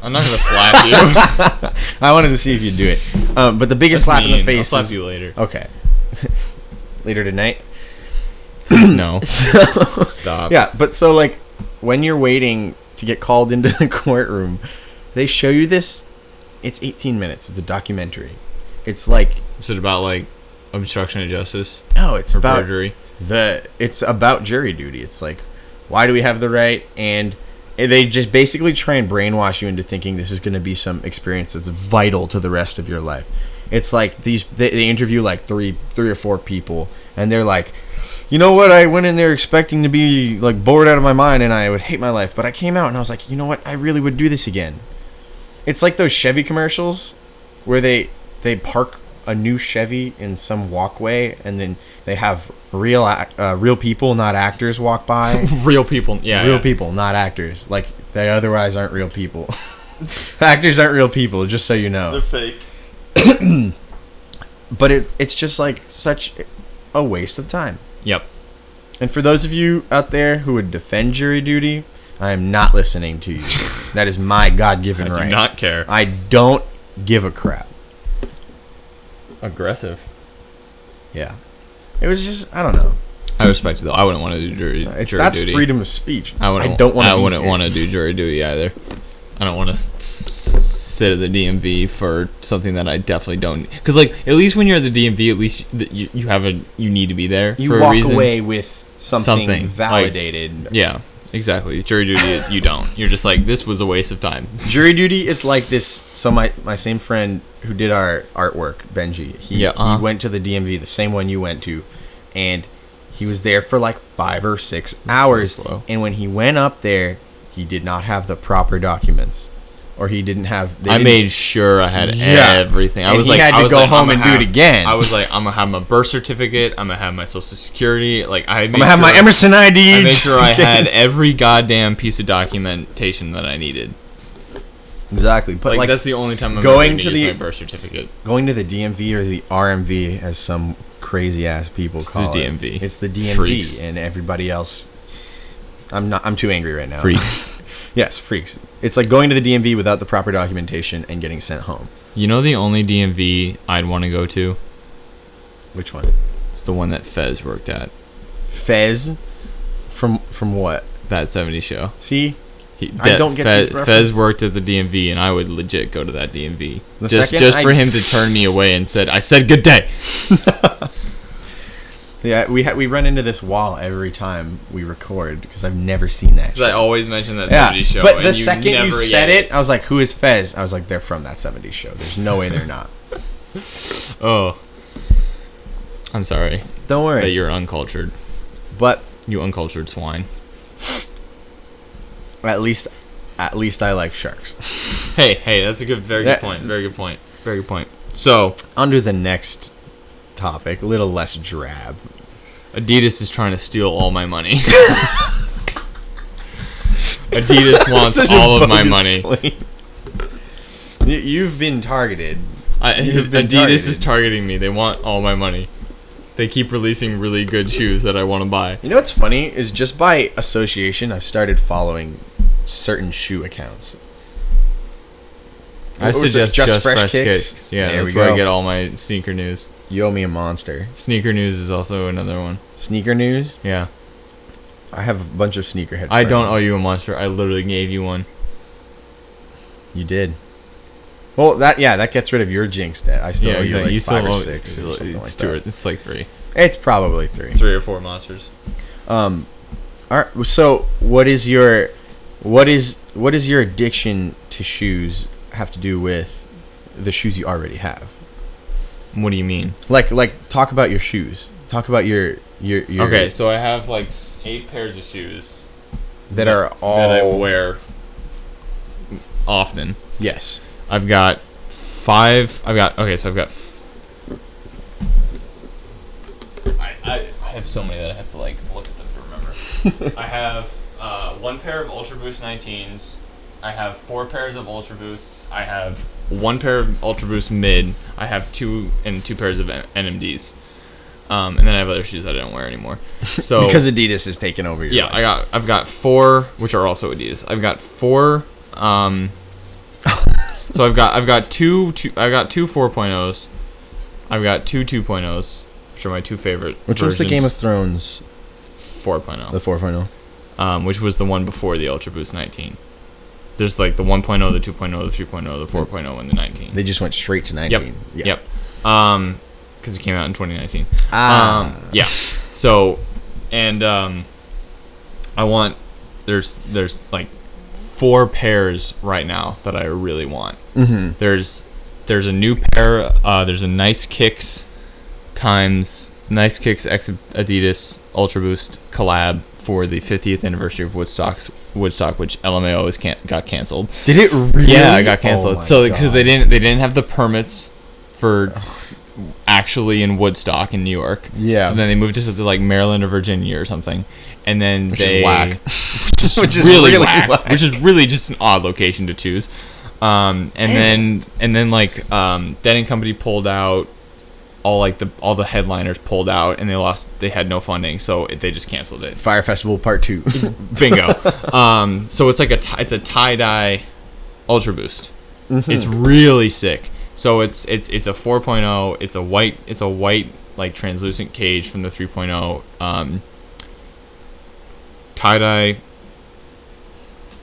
Speaker 2: I'm not gonna *laughs* slap you. It's
Speaker 1: I wanted to see if you'd do it. Um, but the biggest slap in the
Speaker 2: mean.
Speaker 1: face.
Speaker 2: I'll slap
Speaker 1: is-
Speaker 2: you *laughs* later.
Speaker 1: Okay. *laughs* later tonight.
Speaker 2: no. *laughs* Stop.
Speaker 1: Yeah, but so like when you're waiting to get called into *laughs* the courtroom, they show you this. It's 18 minutes. It's a documentary. It's like
Speaker 2: Is it about like obstruction of justice
Speaker 1: no, it's
Speaker 2: or
Speaker 1: about
Speaker 2: perjury?
Speaker 1: the it's about jury duty. It's like why do we have the right and eh, they just basically try and brainwash you into thinking this is going to be some experience that's vital to the rest of your life. It's like these they, they interview like three three or four people and they're like you know what I went in there expecting to be like bored out of my mind and I would hate my life but I came out and I was like you know what I really would do this again. It's like those Chevy commercials where they they park a new Chevy in some walkway, and then they have real ac- uh, real people, not actors, walk by.
Speaker 2: Real people. *laughs* Yeah.
Speaker 1: real
Speaker 2: yeah.
Speaker 1: people, not actors. Like they otherwise aren't real people. *laughs* actors aren't real people, just so you know.
Speaker 3: fake.
Speaker 1: *clears throat* But it it's just like such a waste of time.
Speaker 2: Yep.
Speaker 1: And for those of you out there who would defend jury duty, I am not listening to
Speaker 2: *laughs*
Speaker 1: you. that is my God
Speaker 2: I
Speaker 1: given
Speaker 2: do
Speaker 1: right.
Speaker 2: not care.
Speaker 1: I don't give a crap.
Speaker 2: Aggressive.
Speaker 1: Yeah. It was just I don't know.
Speaker 2: I respect it though. I wouldn't want to do jury,
Speaker 1: It's
Speaker 2: jury
Speaker 1: that's
Speaker 2: duty.
Speaker 1: freedom of speech.
Speaker 2: I wouldn't.
Speaker 1: I don't want.
Speaker 2: I wouldn't want to do jury duty either. I don't want to sit at the DMV for something that I definitely don't. Because like at least when you're at the DMV, at least th- you, you have a you need to be there
Speaker 1: You
Speaker 2: for a
Speaker 1: walk
Speaker 2: reason.
Speaker 1: away with something,
Speaker 2: Something, like-
Speaker 1: validated.
Speaker 2: *laughs* Yeah, exactly. Jury duty, *laughs* you don't. You're just like this was a waste of time.
Speaker 1: Jury duty is like this. So my my same friend who did our artwork, Benji, he,
Speaker 2: Yeah, uh-huh.
Speaker 1: he went to the DMV, the same one you went to, and he was there for like five or six hours.
Speaker 2: slow.
Speaker 1: And when he went up there, he did not have the proper documents, or he didn't have. they
Speaker 2: I
Speaker 1: didn't-
Speaker 2: made sure I had
Speaker 1: Yeah.
Speaker 2: everything. I
Speaker 1: And
Speaker 2: was
Speaker 1: he
Speaker 2: like,
Speaker 1: had
Speaker 2: I
Speaker 1: to
Speaker 2: was
Speaker 1: go
Speaker 2: like,
Speaker 1: home
Speaker 2: I'ma
Speaker 1: and do it
Speaker 2: have-
Speaker 1: again.
Speaker 2: I was like, I'm gonna have my birth certificate. I'm gonna have my social security. Like I
Speaker 1: I'm gonna have my Emerson ID.
Speaker 2: I made
Speaker 1: just *laughs*
Speaker 2: sure
Speaker 1: in
Speaker 2: I had
Speaker 1: case.
Speaker 2: every goddamn piece of documentation that I needed.
Speaker 1: exactly, but
Speaker 2: Like,
Speaker 1: like,
Speaker 2: that's the only time I'm
Speaker 1: going
Speaker 2: going
Speaker 1: to
Speaker 2: to, use
Speaker 1: the-
Speaker 2: my birth certificate.
Speaker 1: going to the DMV or the RMV, as some crazy ass people
Speaker 2: the
Speaker 1: call it.
Speaker 2: DMV.
Speaker 1: It's the DMV,
Speaker 2: Freaks.
Speaker 1: and everybody else. I'm not. I'm too angry right now.
Speaker 2: Freaks.
Speaker 1: *laughs* Yes, freaks. It's like going to the DMV without the proper documentation and getting sent home.
Speaker 2: you know the only DMV I'd want to go to
Speaker 1: Which one?
Speaker 2: is the one that Fez worked at.
Speaker 1: Fez. From from what?
Speaker 2: That 70 show.
Speaker 1: See,
Speaker 2: He,
Speaker 1: I
Speaker 2: that
Speaker 1: don't get
Speaker 2: Fez,
Speaker 1: these references.
Speaker 2: Fez worked at the DMV, and I would legit go to that DMV
Speaker 1: The
Speaker 2: just
Speaker 1: second
Speaker 2: just for
Speaker 1: I-
Speaker 2: him to turn me away and said, "I said good day."
Speaker 1: yeah, we ha- we run into this wall every time we record because I've never seen that.
Speaker 2: Because I
Speaker 1: Show.
Speaker 2: always mention that 70
Speaker 1: Yeah,
Speaker 2: show.
Speaker 1: but
Speaker 2: and
Speaker 1: the second
Speaker 2: never
Speaker 1: you said
Speaker 2: get
Speaker 1: it, I was like, "Who is Fez?" I was like, "They're from that '70s show." There's no way they're not.
Speaker 2: oh, I'm sorry *laughs*
Speaker 1: Don't
Speaker 2: that
Speaker 1: worry.
Speaker 2: you're uncultured.
Speaker 1: But
Speaker 2: You uncultured swine.
Speaker 1: at least, at least I like sharks. *laughs*
Speaker 2: Hey, hey, that's a good, very
Speaker 1: That-
Speaker 2: good point. Very good point. Very good point. So
Speaker 1: Under the next topic, a little less drab.
Speaker 2: Adidas is trying to steal all my money. *laughs* Adidas wants
Speaker 1: Such a
Speaker 2: *laughs* all of my
Speaker 1: bogus
Speaker 2: money.
Speaker 1: claim. You- You've been targeted.
Speaker 2: I,
Speaker 1: You've
Speaker 2: Adidas
Speaker 1: been
Speaker 2: is
Speaker 1: targeted.
Speaker 2: targeting me. They want all my money. They keep releasing really good shoes that I want to buy.
Speaker 1: You know what's funny is just by association, I've started following certain shoe accounts.
Speaker 2: I
Speaker 1: What was it,
Speaker 2: suggest
Speaker 1: Just
Speaker 2: just,
Speaker 1: Fresh
Speaker 2: fresh,
Speaker 1: Kicks?
Speaker 2: kicks. Yeah,
Speaker 1: There
Speaker 2: that's
Speaker 1: we
Speaker 2: where
Speaker 1: go.
Speaker 2: I get all my sneaker news.
Speaker 1: You owe me a monster.
Speaker 2: Sneaker news is also another one.
Speaker 1: Sneaker news.
Speaker 2: Yeah,
Speaker 1: I have a bunch of sneakerhead.
Speaker 2: I don't owe
Speaker 1: friends.
Speaker 2: you a monster. I literally gave you one.
Speaker 1: You did. Well, that yeah, that gets rid of your jinx debt. I still
Speaker 2: yeah,
Speaker 1: owe you
Speaker 2: exactly.
Speaker 1: like
Speaker 2: you still
Speaker 1: five or
Speaker 2: owe
Speaker 1: six or
Speaker 2: it's,
Speaker 1: something like
Speaker 2: two or-
Speaker 1: that.
Speaker 2: it's like three,
Speaker 1: It's probably three.
Speaker 2: three or four monsters.
Speaker 1: Um, all right. So, what is your, what is what does your addiction to shoes have to do with the shoes you already have?
Speaker 2: What do you mean?
Speaker 1: Like, like talk about your shoes. Talk about your your, your
Speaker 2: Okay, so I have like s- eight pairs of shoes
Speaker 1: that are all
Speaker 2: that I wear often.
Speaker 1: yes.
Speaker 2: I've got five. I've got okay. So I've got. I, I, I have so many that I have to like look at them to remember. I have uh, one pair of Ultra Boost 19s. I have four pairs of Ultra Boosts. I have one pair of Ultra Boost mid. I have two and two pairs of N- NMDs. Um, and then I have other shoes that I don't wear anymore. So
Speaker 1: Because Adidas is taking over your
Speaker 2: Oh. yeah,
Speaker 1: life.
Speaker 2: I got I've got four, which are also Adidas. I've got four.
Speaker 1: *laughs*
Speaker 2: Um, so I've got I've got two, two I've got two 4.0s. I've got two 2.0s, which are my two favorite.
Speaker 1: Which one's the Game of Thrones? The
Speaker 2: 4.0?
Speaker 1: 4.0.
Speaker 2: oh, Um, which was the one before the Ultra Boost 19. There's like the 1.0, the 2.0, the 3.0, the 4.0, and the 19.
Speaker 1: They just went straight to 19.
Speaker 2: Yep.
Speaker 1: Yeah.
Speaker 2: Yep. Um, because it came out in 2019.
Speaker 1: Ah.
Speaker 2: Um, yeah. So, and um, I want there's there's like four pairs right now that I really want. Mm-hmm. There's there's a new pair. Uh, there's a nice kicks times nice kicks ex Adidas Ultra Boost collab for the 50th anniversary of Woodstock's Woodstock, which LMAO is can- got canceled.
Speaker 1: Did it really?
Speaker 2: Yeah, it
Speaker 1: Oh
Speaker 2: got canceled.
Speaker 1: my
Speaker 2: so because they
Speaker 1: God.
Speaker 2: didn't they didn't have the permits for actually in Woodstock in New York.
Speaker 1: Yeah.
Speaker 2: So then they moved to something like Maryland or Virginia or something, and then
Speaker 1: is
Speaker 2: they *laughs*
Speaker 1: whack.
Speaker 2: which is,
Speaker 1: *laughs* Which is
Speaker 2: really,
Speaker 1: really
Speaker 2: whack,
Speaker 1: whack.
Speaker 2: which is really just an odd location to choose. Um, and then and then like um, then and company pulled out all like the all the headliners pulled out and they lost they had no funding so it, they just canceled it
Speaker 1: Fire Festival Part Two.
Speaker 2: Bingo. *laughs* um, so it's like a ti- it's a tie dye Ultra Boost.
Speaker 1: Mm-hmm.
Speaker 2: It's really sick. So it's it's it's a 4.0. It's a white it's a white like translucent cage from the 3.0. Um, tie dye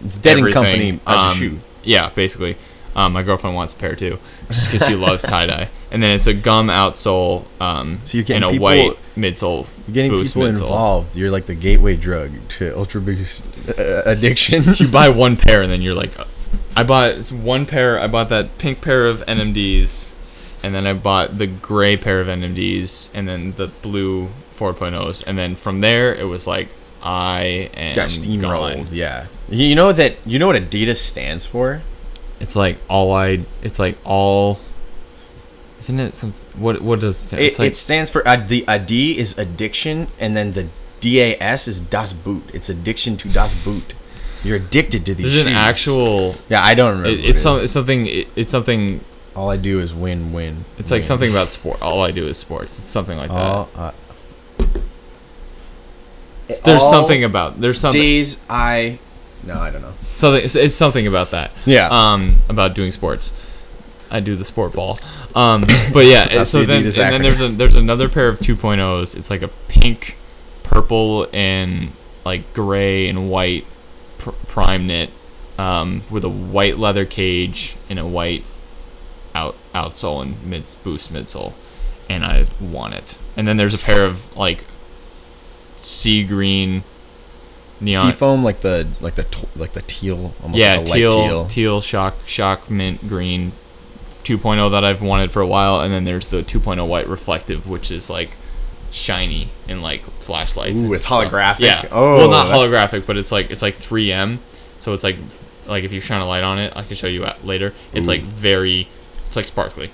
Speaker 1: it's Dead and
Speaker 2: everything.
Speaker 1: Company as a
Speaker 2: Um,
Speaker 1: shoe.
Speaker 2: Yeah, basically. Um, my girlfriend wants a pair too, just because she loves tie
Speaker 1: *laughs*
Speaker 2: dye. And then it's a gum outsole um,
Speaker 1: So you're getting
Speaker 2: and a
Speaker 1: people-
Speaker 2: white midsole.
Speaker 1: You're getting
Speaker 2: Boost
Speaker 1: people
Speaker 2: midsole.
Speaker 1: involved. You're like the gateway drug to Ultra Boost uh, addiction. *laughs*
Speaker 2: you buy one pair and then you're like, uh, I bought it's one pair. I bought that pink pair of NMDs, and then I bought the gray pair of NMDs, and then the blue 4.0s, and then from there it was like I am
Speaker 1: Got
Speaker 2: gone.
Speaker 1: steamrolled. Yeah. You you know that. You know what Adidas stands for?
Speaker 2: It's like all I. It's like all. Isn't it some? What what does it say?
Speaker 1: It,
Speaker 2: It's like
Speaker 1: it stands for uh, the a D is addiction, and then the DAS is Das Boot. It's addiction to Das Boot. You're addicted to these.
Speaker 2: there's an
Speaker 1: shoes.
Speaker 2: actual.
Speaker 1: Yeah, I don't remember.
Speaker 2: It,
Speaker 1: what
Speaker 2: it's,
Speaker 1: is.
Speaker 2: some, it's something. It, it's something.
Speaker 1: All I do is win, win.
Speaker 2: It's like
Speaker 1: win.
Speaker 2: something about sport. All I do is sports. It's something like
Speaker 1: All, uh,
Speaker 2: that. There's
Speaker 1: all
Speaker 2: something about. There's something.
Speaker 1: Days I. No, I don't know.
Speaker 2: Something it's, it's something about that.
Speaker 1: Yeah.
Speaker 2: Um, about doing sports. I do the sport ball. Um, but
Speaker 1: *laughs*
Speaker 2: yeah. and so
Speaker 1: the
Speaker 2: then, and
Speaker 1: Adidas acronym.
Speaker 2: then there's a there's another pair of 2.0s. It's like a pink, purple, and like gray and white pr- prime knit, um, with a white leather cage and a white out outsole and mid boost midsole, and I want it. And then there's a pair of like sea green, neon
Speaker 1: Seafoam, like the like the t- like the teal, almost
Speaker 2: yeah,
Speaker 1: like a
Speaker 2: teal,
Speaker 1: light
Speaker 2: teal, shock, shock mint green 2.0 that I've wanted for a while, and then there's the 2.0 white reflective, which is like shiny and like flashlights.
Speaker 1: Ooh,
Speaker 2: and
Speaker 1: it's
Speaker 2: stuff.
Speaker 1: holographic.
Speaker 2: Yeah.
Speaker 1: Oh,
Speaker 2: well, not
Speaker 1: that-
Speaker 2: holographic, but it's like it's like 3M, so it's like like if you shine a light on it, I can show you at later. It's like very, it's like sparkly,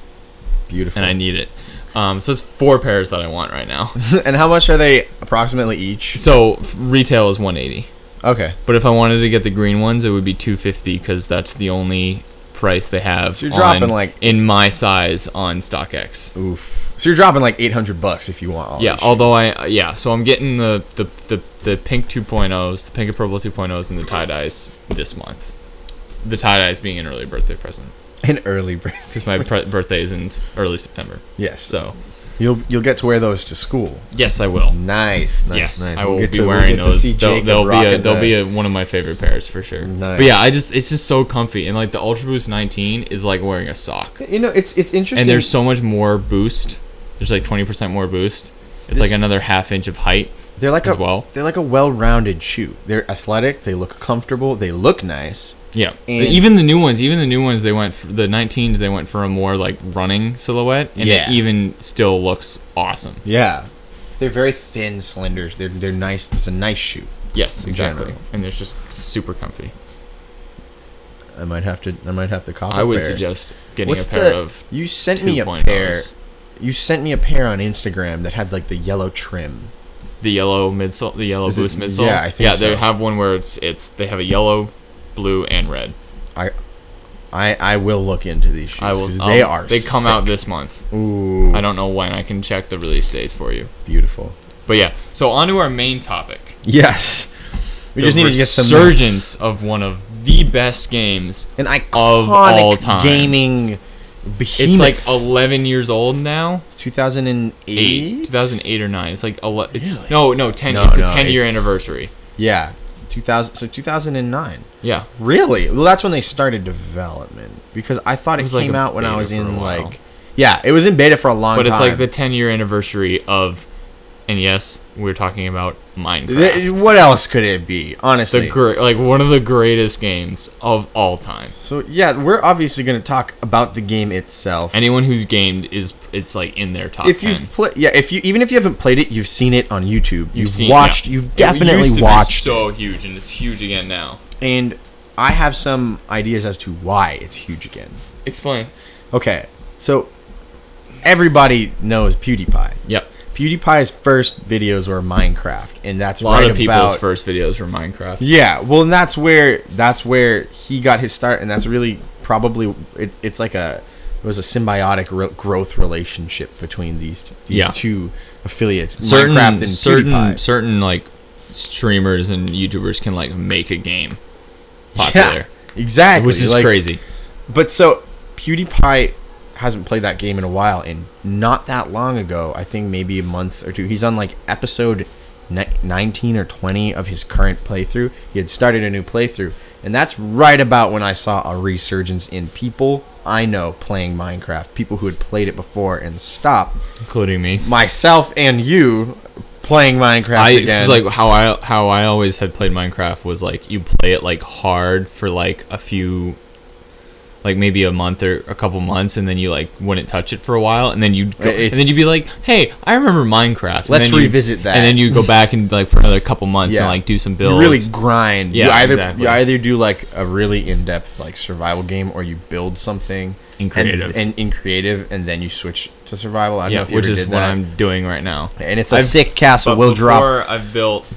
Speaker 1: Beautiful.
Speaker 2: and I need it. Um, so it's four pairs that I want right now.
Speaker 1: *laughs*
Speaker 2: *laughs*
Speaker 1: and how much are they approximately each?
Speaker 2: so f- retail is 180.
Speaker 1: Okay.
Speaker 2: But if I wanted to get the green ones, it would be two fifty because that's the only price they have.
Speaker 1: So you're dropping,
Speaker 2: on-
Speaker 1: like-
Speaker 2: in my size on StockX.
Speaker 1: Oof. So you're dropping like 800 bucks if you want all
Speaker 2: yeah
Speaker 1: these
Speaker 2: although
Speaker 1: shoes.
Speaker 2: i yeah so i'm getting the the the, the pink 2.0s the pink and purple 2.0s and the tie dyes this month the tie dyes being an early birthday present
Speaker 1: *laughs* an early break.
Speaker 2: because my pre- birthday is in s- early september
Speaker 1: Yes.
Speaker 2: so
Speaker 1: You'll you'll get to wear those to school.
Speaker 2: yes i will
Speaker 1: Nice, nice,
Speaker 2: yes
Speaker 1: nice.
Speaker 2: i
Speaker 1: We'll
Speaker 2: will
Speaker 1: get
Speaker 2: be
Speaker 1: to- we'll
Speaker 2: wearing
Speaker 1: get to see Jacob
Speaker 2: those they'll, they'll be a,
Speaker 1: rocking
Speaker 2: they'll
Speaker 1: the-
Speaker 2: be a, one of my favorite pairs for sure
Speaker 1: Nice.
Speaker 2: but yeah i just it's just so comfy and like the ultraboost 19 is like wearing a sock
Speaker 1: You know, it's it's interesting.
Speaker 2: and there's so much more boost there's like 20% more boost it's like
Speaker 1: This-
Speaker 2: another half inch of height
Speaker 1: they're like
Speaker 2: as
Speaker 1: a
Speaker 2: well.
Speaker 1: they're like a well-rounded shoe. They're athletic. They look comfortable. They look nice.
Speaker 2: Yeah,
Speaker 1: And-
Speaker 2: even the new ones, even the new ones, they went for, the 19s. They went for a more like running silhouette, and
Speaker 1: Yeah.
Speaker 2: it even still looks awesome.
Speaker 1: Yeah, they're very thin, slender. They're they're nice. It's a nice shoe.
Speaker 2: Yes, exactly.
Speaker 1: general.
Speaker 2: And it's just super comfy.
Speaker 1: I might have to I might have to cop.
Speaker 2: I
Speaker 1: a
Speaker 2: would
Speaker 1: pair.
Speaker 2: suggest getting
Speaker 1: What's
Speaker 2: a pair
Speaker 1: the,
Speaker 2: of
Speaker 1: you sent me a
Speaker 2: 2.0s.
Speaker 1: pair. You sent me a pair on Instagram that had like the yellow trim.
Speaker 2: The yellow midsole, the yellow
Speaker 1: Is it-
Speaker 2: boost midsole.
Speaker 1: yeah, I think
Speaker 2: yeah. They
Speaker 1: so.
Speaker 2: have one where it's it's they have a yellow, blue, and red.
Speaker 1: I I I will look into these shoes
Speaker 2: I will.
Speaker 1: because they
Speaker 2: I'll-
Speaker 1: are
Speaker 2: They come
Speaker 1: sick.
Speaker 2: out this month.
Speaker 1: Ooh,
Speaker 2: I don't know when. I can check the release dates for you.
Speaker 1: beautiful.
Speaker 2: But yeah. So on to our main topic.
Speaker 1: Yes, we
Speaker 2: the
Speaker 1: just need to get some
Speaker 2: resurgence of one of the best games
Speaker 1: an iconic
Speaker 2: all time.
Speaker 1: gaming behemoth.
Speaker 2: It's like 11 years old now.
Speaker 1: 2008.
Speaker 2: 2008 or 9. It's like ele- it's
Speaker 1: Really?
Speaker 2: no, no, 10.
Speaker 1: No,
Speaker 2: it's the
Speaker 1: no,
Speaker 2: 10 year
Speaker 1: it's-
Speaker 2: anniversary.
Speaker 1: Yeah, 2000. So 2009.
Speaker 2: Yeah.
Speaker 1: Really? Well, that's when they started development because I thought it,
Speaker 2: was, like,
Speaker 1: came
Speaker 2: a
Speaker 1: out when I
Speaker 2: beta
Speaker 1: was
Speaker 2: for a
Speaker 1: in
Speaker 2: while.
Speaker 1: like. Yeah, it was in beta for a long
Speaker 2: But
Speaker 1: time.
Speaker 2: it's like the 10 year anniversary of and yes, we're talking about Minecraft.
Speaker 1: Th- what else could it be? Honestly,
Speaker 2: The great like one of the greatest games of all time.
Speaker 1: so yeah, we're obviously going to talk about the game itself.
Speaker 2: Anyone who's gamed is it's like in their top
Speaker 1: if
Speaker 2: 10.
Speaker 1: you've played, yeah, if you even if you haven't played it, you've seen it on YouTube. You've,
Speaker 2: seen-
Speaker 1: watched.
Speaker 2: yeah.
Speaker 1: You've
Speaker 2: It used
Speaker 1: definitely
Speaker 2: to be
Speaker 1: watched.
Speaker 2: so huge and it's huge again now.
Speaker 1: and I have some ideas as to why it's huge again.
Speaker 2: Explain.
Speaker 1: Okay, so everybody knows PewDiePie.
Speaker 2: Yep.
Speaker 1: PewDiePie's first videos were Minecraft, and that's
Speaker 2: A lot
Speaker 1: right
Speaker 2: of people's
Speaker 1: about
Speaker 2: first videos were Minecraft.
Speaker 1: yeah. Well, and that's where that's where he got his start, and that's really probably it, it's like a it was a symbiotic re- growth relationship between these these
Speaker 2: Yeah.
Speaker 1: two affiliates,
Speaker 2: certain
Speaker 1: Minecraft and
Speaker 2: certain
Speaker 1: PewDiePie.
Speaker 2: certain like streamers and YouTubers can like make a game
Speaker 1: Yeah,
Speaker 2: popular,
Speaker 1: exactly,
Speaker 2: which is
Speaker 1: like,
Speaker 2: crazy.
Speaker 1: But so PewDiePie hasn't played that game in a while, and not that long ago, I think maybe a month or two, he's on like episode ni- 19 or 20 of his current playthrough. He had started a new playthrough, and that's right about when I saw a resurgence in people I know playing Minecraft, people who had played it before and stopped,
Speaker 2: Including me.
Speaker 1: myself and you playing Minecraft
Speaker 2: I this
Speaker 1: again.
Speaker 2: is like how I how I always had played Minecraft was like you play it like hard for like a few like maybe a month or a couple months and then you like wouldn't touch it for a while and then you'd go, and then
Speaker 1: It's-
Speaker 2: you'd be like hey I remember Minecraft and
Speaker 1: Let's
Speaker 2: then you'd-
Speaker 1: revisit that.
Speaker 2: and then you go back and like for another couple months
Speaker 1: Yeah.
Speaker 2: and like do some builds
Speaker 1: you really grind. you
Speaker 2: Yeah,
Speaker 1: either
Speaker 2: exactly.
Speaker 1: you either do like a really in depth like survival game, or you build something
Speaker 2: In creative.
Speaker 1: and, and in creative, and then you switch to survival. I don't know
Speaker 2: yeah
Speaker 1: if you
Speaker 2: which
Speaker 1: ever
Speaker 2: is
Speaker 1: did
Speaker 2: what
Speaker 1: that.
Speaker 2: I'm doing right now
Speaker 1: and it's a
Speaker 2: I've-
Speaker 1: sick castle.
Speaker 2: But
Speaker 1: We'll drop
Speaker 2: before I've built.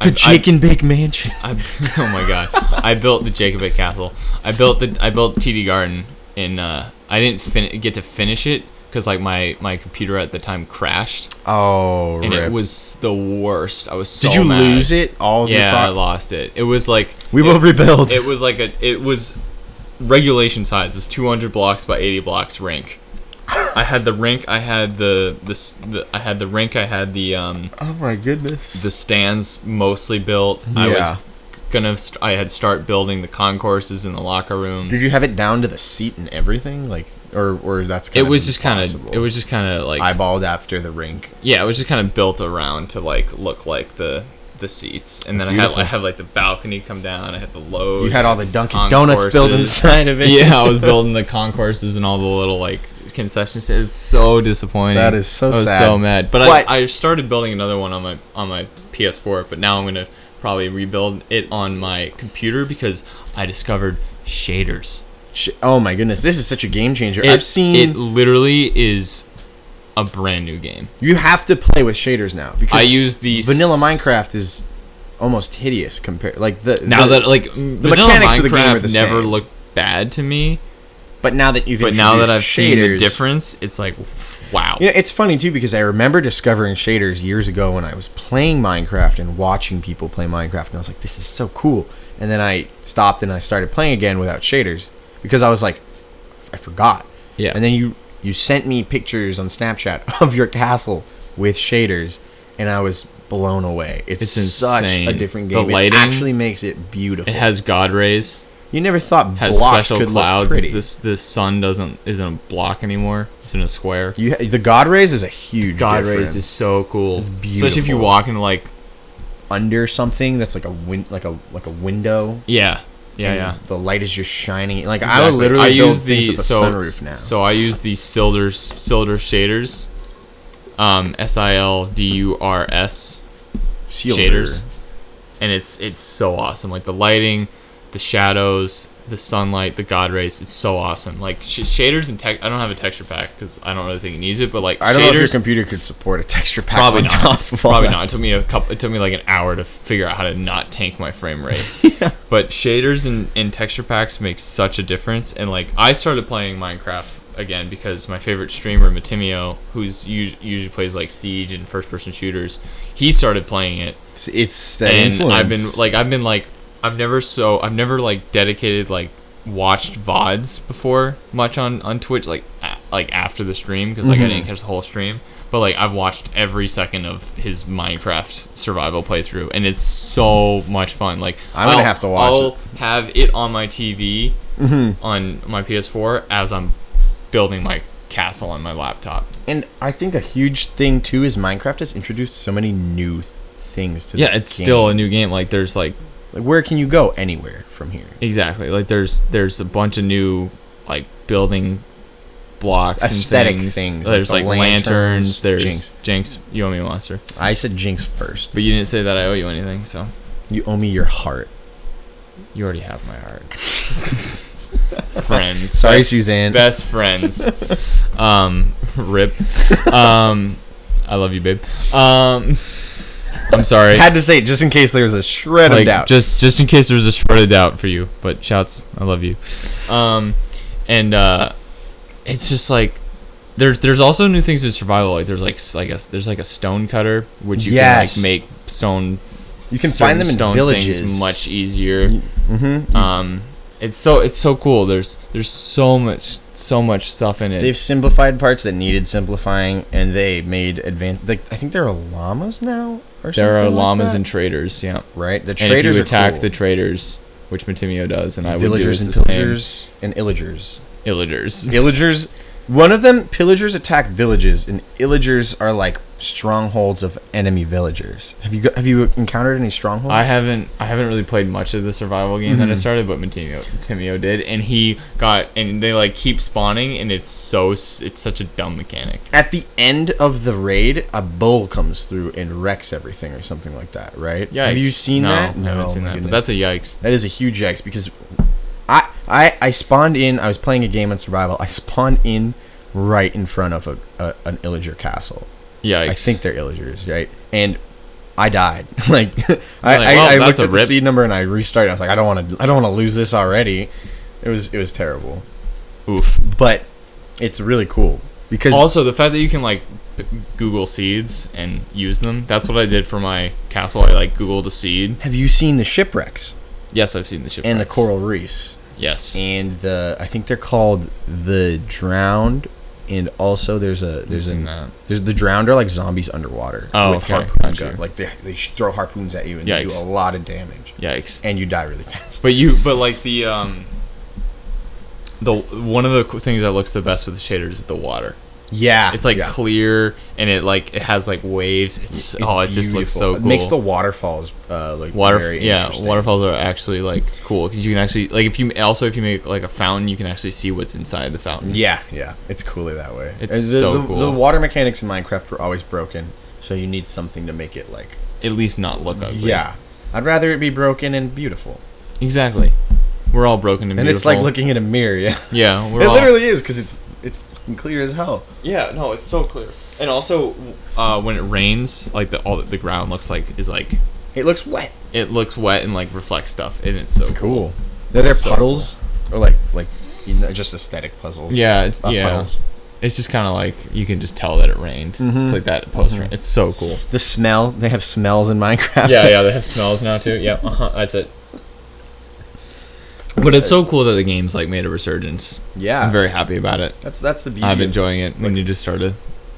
Speaker 1: the
Speaker 2: I've-
Speaker 1: Jake and Bake
Speaker 2: *laughs*
Speaker 1: Mansion.
Speaker 2: I, oh my god! I built the Jacobite Castle. I built the I built TD Garden in. Uh, I didn't fin- get to finish it because like my my computer at the time crashed
Speaker 1: Oh,
Speaker 2: and
Speaker 1: rip.
Speaker 2: it was the worst. I was so
Speaker 1: Did you
Speaker 2: mad.
Speaker 1: lose it? All of
Speaker 2: Yeah,
Speaker 1: your
Speaker 2: I
Speaker 1: pro-
Speaker 2: lost it. It was like
Speaker 1: we
Speaker 2: it-
Speaker 1: will rebuild.
Speaker 2: It was like a. It was regulation size. It was 200 blocks by 80
Speaker 1: *laughs*
Speaker 2: blocks rink. I had the rink. I had the this. The, I had the rink. I had the um
Speaker 1: oh my goodness.
Speaker 2: the stands mostly built. I
Speaker 1: Yeah.
Speaker 2: was gonna. St- I had start building the concourses in the locker rooms.
Speaker 1: Did you have it down to the seat and everything? Like, or or that's
Speaker 2: it
Speaker 1: kind
Speaker 2: was just kind of.
Speaker 1: impossible?
Speaker 2: It was just kind of like.
Speaker 1: eyeballed after the rink.
Speaker 2: yeah, it was just kind of built around to like look like the the seats, and then I had
Speaker 1: beautiful.
Speaker 2: I had like the balcony come down. I had the lows.
Speaker 1: You had all the Dunkin' Donuts built
Speaker 2: concourses.
Speaker 1: inside of it.
Speaker 2: *laughs* yeah, I was building the concourses and all the little like concession stands. It was so disappointing.
Speaker 1: That is so
Speaker 2: I was
Speaker 1: sad.
Speaker 2: so mad. But,
Speaker 1: But-
Speaker 2: I, I started building another one on my on my PS4. But now I'm gonna probably rebuild it on my computer because I discovered shaders.
Speaker 1: Sh- Oh my goodness, this is such a game changer.
Speaker 2: It-
Speaker 1: I've seen
Speaker 2: it literally is a brand new game.
Speaker 1: you have to play with shaders now because
Speaker 2: I use the
Speaker 1: vanilla
Speaker 2: s-
Speaker 1: Minecraft is almost hideous compared like the
Speaker 2: now
Speaker 1: the-
Speaker 2: that like the vanilla
Speaker 1: mechanics
Speaker 2: Minecraft
Speaker 1: of the game are the
Speaker 2: never
Speaker 1: same.
Speaker 2: looked bad to me.
Speaker 1: but now that you've
Speaker 2: But now that I've
Speaker 1: introduced
Speaker 2: seen the
Speaker 1: shaders,
Speaker 2: difference, it's like Wow.
Speaker 1: You know, it's funny too because I remember discovering shaders years ago when I was playing Minecraft and watching people play Minecraft, and I was like, "This is so cool." And then I stopped and I started playing again without shaders because I was like, "I forgot."
Speaker 2: Yeah.
Speaker 1: And then you you sent me pictures on Snapchat *laughs* of your castle with shaders, and I was blown away. It's,
Speaker 2: It's
Speaker 1: such a
Speaker 2: insane.
Speaker 1: different
Speaker 2: The
Speaker 1: game. it
Speaker 2: lighting-
Speaker 1: actually makes it beautiful.
Speaker 2: It has God rays.
Speaker 1: you never thought
Speaker 2: Has
Speaker 1: blocks
Speaker 2: special
Speaker 1: could
Speaker 2: clouds.
Speaker 1: look pretty.
Speaker 2: This the sun doesn't isn't a block anymore. It's in a square.
Speaker 1: you, ha- the God rays is a huge
Speaker 2: God
Speaker 1: difference.
Speaker 2: rays is so cool.
Speaker 1: It's
Speaker 2: Especially if you
Speaker 1: beautiful.
Speaker 2: walk in like
Speaker 1: under something that's like a win like a like a window.
Speaker 2: yeah yeah
Speaker 1: and
Speaker 2: yeah.
Speaker 1: The light is just shining. Like Mm-hmm. I would
Speaker 2: Exactly.
Speaker 1: literally build
Speaker 2: use
Speaker 1: things
Speaker 2: the
Speaker 1: with a
Speaker 2: so,
Speaker 1: sunroof now.
Speaker 2: So I use the Silders Silder shaders, um, S I L D U R S
Speaker 1: Sealed
Speaker 2: shaders,
Speaker 1: door.
Speaker 2: and it's it's so awesome. Like the lighting, the shadows, the sunlight, the god rays. It's so awesome. Like sh- shaders and tech. I don't have a texture pack because I don't really think it needs it. But like
Speaker 1: I don't know if your
Speaker 2: shaders,
Speaker 1: computer could support a texture pack
Speaker 2: probably
Speaker 1: on
Speaker 2: not.
Speaker 1: top of all
Speaker 2: probably
Speaker 1: that.
Speaker 2: not. It took me a couple. It took me like an hour to figure out how to not tank my frame
Speaker 1: *laughs*
Speaker 2: rate. But shaders and, and texture packs make such a difference. And like I started playing Minecraft again because my favorite streamer Matimio, who's us- usually plays like Siege and first person shooters, he started playing it
Speaker 1: It's, it's that
Speaker 2: and
Speaker 1: influence.
Speaker 2: I've been like I've been like I've never so I've never like dedicated like watched vods before much on on Twitch like a, like after the stream because like I
Speaker 1: Mm-hmm.
Speaker 2: didn't catch the whole stream but like I've watched every second of his Minecraft survival playthrough and it's so much fun like
Speaker 1: I'm gonna
Speaker 2: I'll-
Speaker 1: have to watch
Speaker 2: I'll
Speaker 1: it. Mm-hmm.
Speaker 2: have it on my TV on my PS4 as I'm building my castle on my laptop
Speaker 1: and I think a huge thing too is Minecraft has introduced so many new th- things to.
Speaker 2: yeah
Speaker 1: the
Speaker 2: it's
Speaker 1: game.
Speaker 2: still a new game like there's like
Speaker 1: like where can you go anywhere from here?
Speaker 2: Exactly. Like there's there's a bunch of new like building blocks
Speaker 1: Aesthetic
Speaker 2: and things.
Speaker 1: things,
Speaker 2: There's
Speaker 1: like
Speaker 2: like,
Speaker 1: the lanterns,
Speaker 2: lanterns, there's
Speaker 1: Jinx.
Speaker 2: Jinx. you owe me a monster.
Speaker 1: I said Jinx first.
Speaker 2: But you didn't say that I owe you anything, so
Speaker 1: You owe me your heart.
Speaker 2: you already have my
Speaker 1: *laughs*
Speaker 2: heart. friends.
Speaker 1: Sorry,
Speaker 2: Best-
Speaker 1: Suzanne.
Speaker 2: Best
Speaker 1: *laughs*
Speaker 2: friends. um rip. Um I love you, babe. Um I'm sorry.
Speaker 1: Had to say it just in case there was a shred of
Speaker 2: like,
Speaker 1: doubt.
Speaker 2: Just just in case there was a shred of doubt for you, but shouts, I love you. Um, and uh, it's just like there's there's also new things in survival. Like there's like s- like a there's like a stone cutter which you
Speaker 1: Yes.
Speaker 2: can like make stone.
Speaker 1: you can
Speaker 2: certain
Speaker 1: find them in
Speaker 2: stone
Speaker 1: villages Mm-hmm.
Speaker 2: things much easier. Um, it's so it's so cool. There's there's so much so much stuff in it.
Speaker 1: They've simplified parts that needed simplifying, and they made advanced. Like I think there are llamas now, or something
Speaker 2: there are
Speaker 1: like
Speaker 2: llamas
Speaker 1: that?
Speaker 2: and traders. Yeah,
Speaker 1: right. The
Speaker 2: and if
Speaker 1: traders
Speaker 2: you attack
Speaker 1: are
Speaker 2: the
Speaker 1: cool.
Speaker 2: traders. Which Matimio does, and I
Speaker 1: villagers and
Speaker 2: would do is the same.
Speaker 1: pillagers and illagers.
Speaker 2: Illagers.
Speaker 1: Illagers. One of them, pillagers attack villages, and illagers are like strongholds of enemy villagers. Have you go, have you encountered any strongholds?
Speaker 2: I haven't I haven't really played much of the survival game
Speaker 1: Mm-hmm.
Speaker 2: that I started, but Matimio Timio did, and he got and they like keep spawning, and it's so s- it's such a dumb mechanic.
Speaker 1: At the end of the raid, a bull comes through and wrecks everything, or something like that. Right?
Speaker 2: Yeah,
Speaker 1: Have you seen
Speaker 2: no,
Speaker 1: that?
Speaker 2: I haven't seen
Speaker 1: my
Speaker 2: that, but
Speaker 1: goodness.
Speaker 2: that's a yikes.
Speaker 1: That is a huge X because I, I I spawned in. I was playing a game on survival. I spawned in right in front of a, a an illager castle.
Speaker 2: Yikes.
Speaker 1: I think they're illagers, right? And I died. *laughs* like I,
Speaker 2: like,
Speaker 1: I,
Speaker 2: well,
Speaker 1: I
Speaker 2: that's
Speaker 1: looked
Speaker 2: a
Speaker 1: at the
Speaker 2: rip.
Speaker 1: seed number and I restarted. I was like, I don't want to. I don't want to lose this already. It was it was terrible,
Speaker 2: Oof.
Speaker 1: but it's really cool because
Speaker 2: Also, the fact that you can like b- Google seeds and use them. That's what I did for my castle. I like Googled a seed.
Speaker 1: have you seen the shipwrecks
Speaker 2: Yes, I've seen the ship.
Speaker 1: and the coral reefs?
Speaker 2: Yes.
Speaker 1: and the I think they're called the drowned, and also there's a there's
Speaker 2: seen
Speaker 1: an
Speaker 2: that.
Speaker 1: there's the drowned are like zombies underwater
Speaker 2: Oh,
Speaker 1: with
Speaker 2: okay,
Speaker 1: harpoon
Speaker 2: gotcha.
Speaker 1: gun. Like they they sh- throw harpoons at you and they do
Speaker 2: Yikes.
Speaker 1: a lot of damage,
Speaker 2: Yikes.
Speaker 1: and you die really *laughs* fast.
Speaker 2: But you, but like the um, the one of the co- things that looks the best with the shaders is the water.
Speaker 1: yeah,
Speaker 2: It's like
Speaker 1: yeah.
Speaker 2: clear and it like it has like waves. It's,
Speaker 1: It's
Speaker 2: oh, it just looks
Speaker 1: beautiful.
Speaker 2: so
Speaker 1: It
Speaker 2: cool.
Speaker 1: makes the waterfalls uh like
Speaker 2: water
Speaker 1: very
Speaker 2: yeah
Speaker 1: interesting.
Speaker 2: waterfalls are actually like cool because you can actually like if you also if you make like a fountain you can actually see what's inside the fountain.
Speaker 1: Yeah, yeah, it's cooler that way.
Speaker 2: It's
Speaker 1: And the,
Speaker 2: so
Speaker 1: the,
Speaker 2: cool.
Speaker 1: The water mechanics in Minecraft were always broken, so you need something to make it like
Speaker 2: At least not look ugly.
Speaker 1: yeah. I'd rather it be broken and beautiful.
Speaker 2: Exactly. We're all broken and,
Speaker 1: And
Speaker 2: beautiful.
Speaker 1: it's like looking at a mirror, yeah.
Speaker 2: Yeah. We're
Speaker 1: It
Speaker 2: all,
Speaker 1: literally is because it's it's fucking clear as hell.
Speaker 2: Yeah. No, it's so clear. And also, uh, when it rains, like the all that the ground looks like is like
Speaker 1: It looks wet.
Speaker 2: it looks wet and like reflects stuff, and it's so cool.
Speaker 1: Are there
Speaker 2: So
Speaker 1: puddles or like like you know, just aesthetic puzzles?
Speaker 2: Yeah,
Speaker 1: Not
Speaker 2: yeah.
Speaker 1: Puddles.
Speaker 2: It's just kind of like you can just tell that it rained.
Speaker 1: Mm-hmm.
Speaker 2: It's like that post rain. It's so cool.
Speaker 1: The smell. They have smells in Minecraft.
Speaker 2: *laughs* yeah, yeah, they have smells now too. Yeah, uh-huh, that's it. But it's so cool that the game's like made a resurgence.
Speaker 1: *laughs* Yeah.
Speaker 2: I'm very happy about it.
Speaker 1: That's that's the beauty.
Speaker 2: I'm
Speaker 1: of-
Speaker 2: enjoying it. When you just start a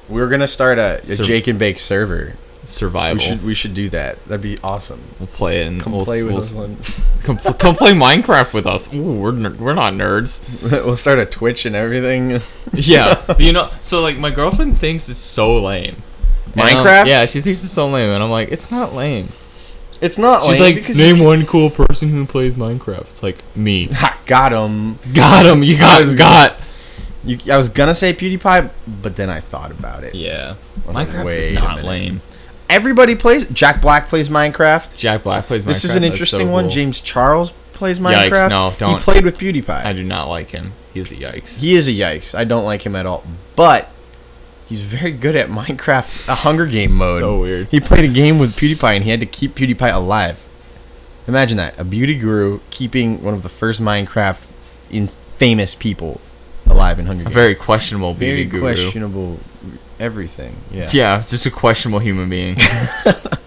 Speaker 1: We're gonna start a, a
Speaker 2: Sur-
Speaker 1: Jake and Bake server.
Speaker 2: survival,
Speaker 1: We should we should do that. That'd be awesome.
Speaker 2: we'll play it and
Speaker 1: Come
Speaker 2: we'll,
Speaker 1: play with
Speaker 2: we'll-
Speaker 1: us. on- *laughs*
Speaker 2: Come, pl- come play Minecraft with us. Ooh, we're ner- we're
Speaker 1: *laughs*
Speaker 2: not nerds.
Speaker 1: we'll start a Twitch and everything. *laughs*
Speaker 2: Yeah, you know. So like, my girlfriend thinks it's so lame. And I'm-
Speaker 1: Minecraft?
Speaker 2: yeah, she thinks it's so lame, and I'm like, it's not lame.
Speaker 1: It's not
Speaker 2: She's
Speaker 1: Oh, lame
Speaker 2: like,
Speaker 1: because
Speaker 2: name
Speaker 1: you-
Speaker 2: one cool person who plays Minecraft. It's like
Speaker 1: *laughs*
Speaker 2: me.
Speaker 1: Ha, got him.
Speaker 2: got him. You guys got.
Speaker 1: You, I was gonna say PewDiePie, but then I thought about it.
Speaker 2: Yeah,
Speaker 1: was like,
Speaker 2: Minecraft
Speaker 1: wait
Speaker 2: is
Speaker 1: a
Speaker 2: not
Speaker 1: minute.
Speaker 2: lame.
Speaker 1: Everybody plays. Jack Black plays Minecraft.
Speaker 2: Jack Black plays Minecraft.
Speaker 1: This is an
Speaker 2: That's so
Speaker 1: interesting one.
Speaker 2: cool.
Speaker 1: James Charles plays
Speaker 2: Yikes,
Speaker 1: Minecraft.
Speaker 2: no,
Speaker 1: He
Speaker 2: don't.
Speaker 1: played with PewDiePie.
Speaker 2: I do not like him. He's a yikes.
Speaker 1: he is a yikes. I don't like him at all. But he's very good at Minecraft, a Hunger Game mode.
Speaker 2: So weird.
Speaker 1: He played a game with PewDiePie and he had to keep PewDiePie alive. Imagine that. A beauty guru keeping one of the first Minecraft in famous people alive in Hunger
Speaker 2: A
Speaker 1: Games.
Speaker 2: very questionable
Speaker 1: Very
Speaker 2: beauty guru.
Speaker 1: questionable everything. Yeah.
Speaker 2: Yeah, just a questionable human *laughs* being.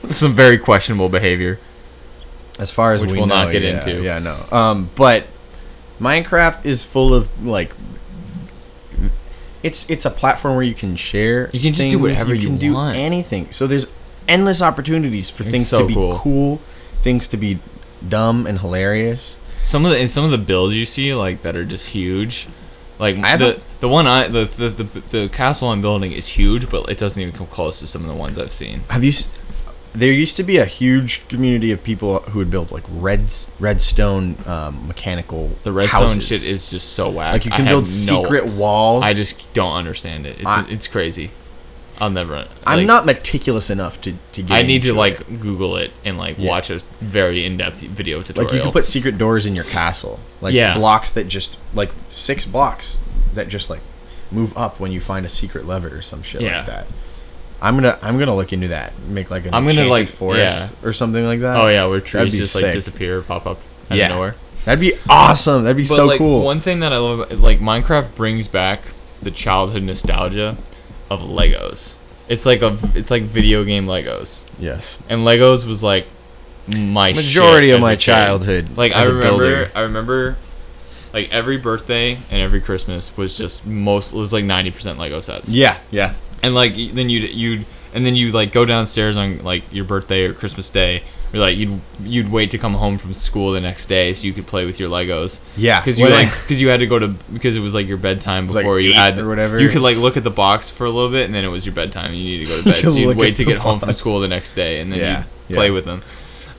Speaker 2: Some very questionable behavior.
Speaker 1: As far as
Speaker 2: Which
Speaker 1: we
Speaker 2: we'll
Speaker 1: know,
Speaker 2: not get
Speaker 1: yeah,
Speaker 2: into.
Speaker 1: Yeah, no. Um, but Minecraft is full of like it's it's a platform where you can share.
Speaker 2: You can just do whatever you
Speaker 1: can do
Speaker 2: want.
Speaker 1: anything. So there's endless opportunities for things
Speaker 2: so
Speaker 1: to be
Speaker 2: cool.
Speaker 1: cool. things to be dumb and hilarious.
Speaker 2: Some of the and some of the builds you see like that are just huge. Like
Speaker 1: have
Speaker 2: the
Speaker 1: a-
Speaker 2: the one I the, the the the castle I'm building is huge, but it doesn't even come close to some of the ones I've seen.
Speaker 1: Have you? s- There used to be a huge community of people who would build like reds redstone um, mechanical.
Speaker 2: The redstone
Speaker 1: houses.
Speaker 2: shit is just so whack.
Speaker 1: like you
Speaker 2: I
Speaker 1: can
Speaker 2: have
Speaker 1: build
Speaker 2: no-
Speaker 1: secret walls.
Speaker 2: I just don't understand it. It's
Speaker 1: I-
Speaker 2: it's crazy. I'll never. Like,
Speaker 1: I'm not meticulous enough to to get.
Speaker 2: I need to
Speaker 1: into
Speaker 2: like
Speaker 1: it.
Speaker 2: Google it and like
Speaker 1: Yeah.
Speaker 2: watch a very in depth video tutorial.
Speaker 1: like you can put secret doors in your castle, like
Speaker 2: Yeah.
Speaker 1: blocks that just like six blocks that just like move up when you find a secret lever or some shit
Speaker 2: Yeah.
Speaker 1: like that. I'm gonna I'm gonna look into that. Make like an
Speaker 2: I'm
Speaker 1: I'm
Speaker 2: gonna,
Speaker 1: gonna
Speaker 2: like-
Speaker 1: like forest or something like that.
Speaker 2: oh yeah, where
Speaker 1: That'd
Speaker 2: trees
Speaker 1: be
Speaker 2: just
Speaker 1: sick.
Speaker 2: like disappear, pop up out
Speaker 1: Yeah.
Speaker 2: of nowhere.
Speaker 1: That'd be awesome. That'd be
Speaker 2: But
Speaker 1: so
Speaker 2: like
Speaker 1: cool.
Speaker 2: one thing that I love about like Minecraft brings back the childhood nostalgia of Legos. It's like a it's like video game Legos.
Speaker 1: yes.
Speaker 2: And Legos was like my shit
Speaker 1: Majority of
Speaker 2: as a
Speaker 1: my
Speaker 2: kid.
Speaker 1: childhood
Speaker 2: Like
Speaker 1: as
Speaker 2: I
Speaker 1: a
Speaker 2: remember
Speaker 1: builder.
Speaker 2: I remember like every birthday and every Christmas was just most was like 90% Lego sets.
Speaker 1: Yeah. Yeah.
Speaker 2: And like y- then you'd you'd and then you like go downstairs on like your birthday or Christmas day. Or like you'd you'd wait to come home from school the next day so you could play with your Legos.
Speaker 1: Yeah,
Speaker 2: because you
Speaker 1: when I-
Speaker 2: like because you had to go to because it was like your bedtime
Speaker 1: like,
Speaker 2: before you
Speaker 1: eight
Speaker 2: had
Speaker 1: or whatever.
Speaker 2: You could like look at the box for a little bit and then it was your bedtime. and You needed to
Speaker 1: *laughs*
Speaker 2: go to bed,
Speaker 1: could
Speaker 2: so you'd
Speaker 1: look
Speaker 2: wait
Speaker 1: at
Speaker 2: to
Speaker 1: the
Speaker 2: get home from
Speaker 1: box.
Speaker 2: school the next day and then
Speaker 1: Yeah,
Speaker 2: you'd play
Speaker 1: yeah.
Speaker 2: with them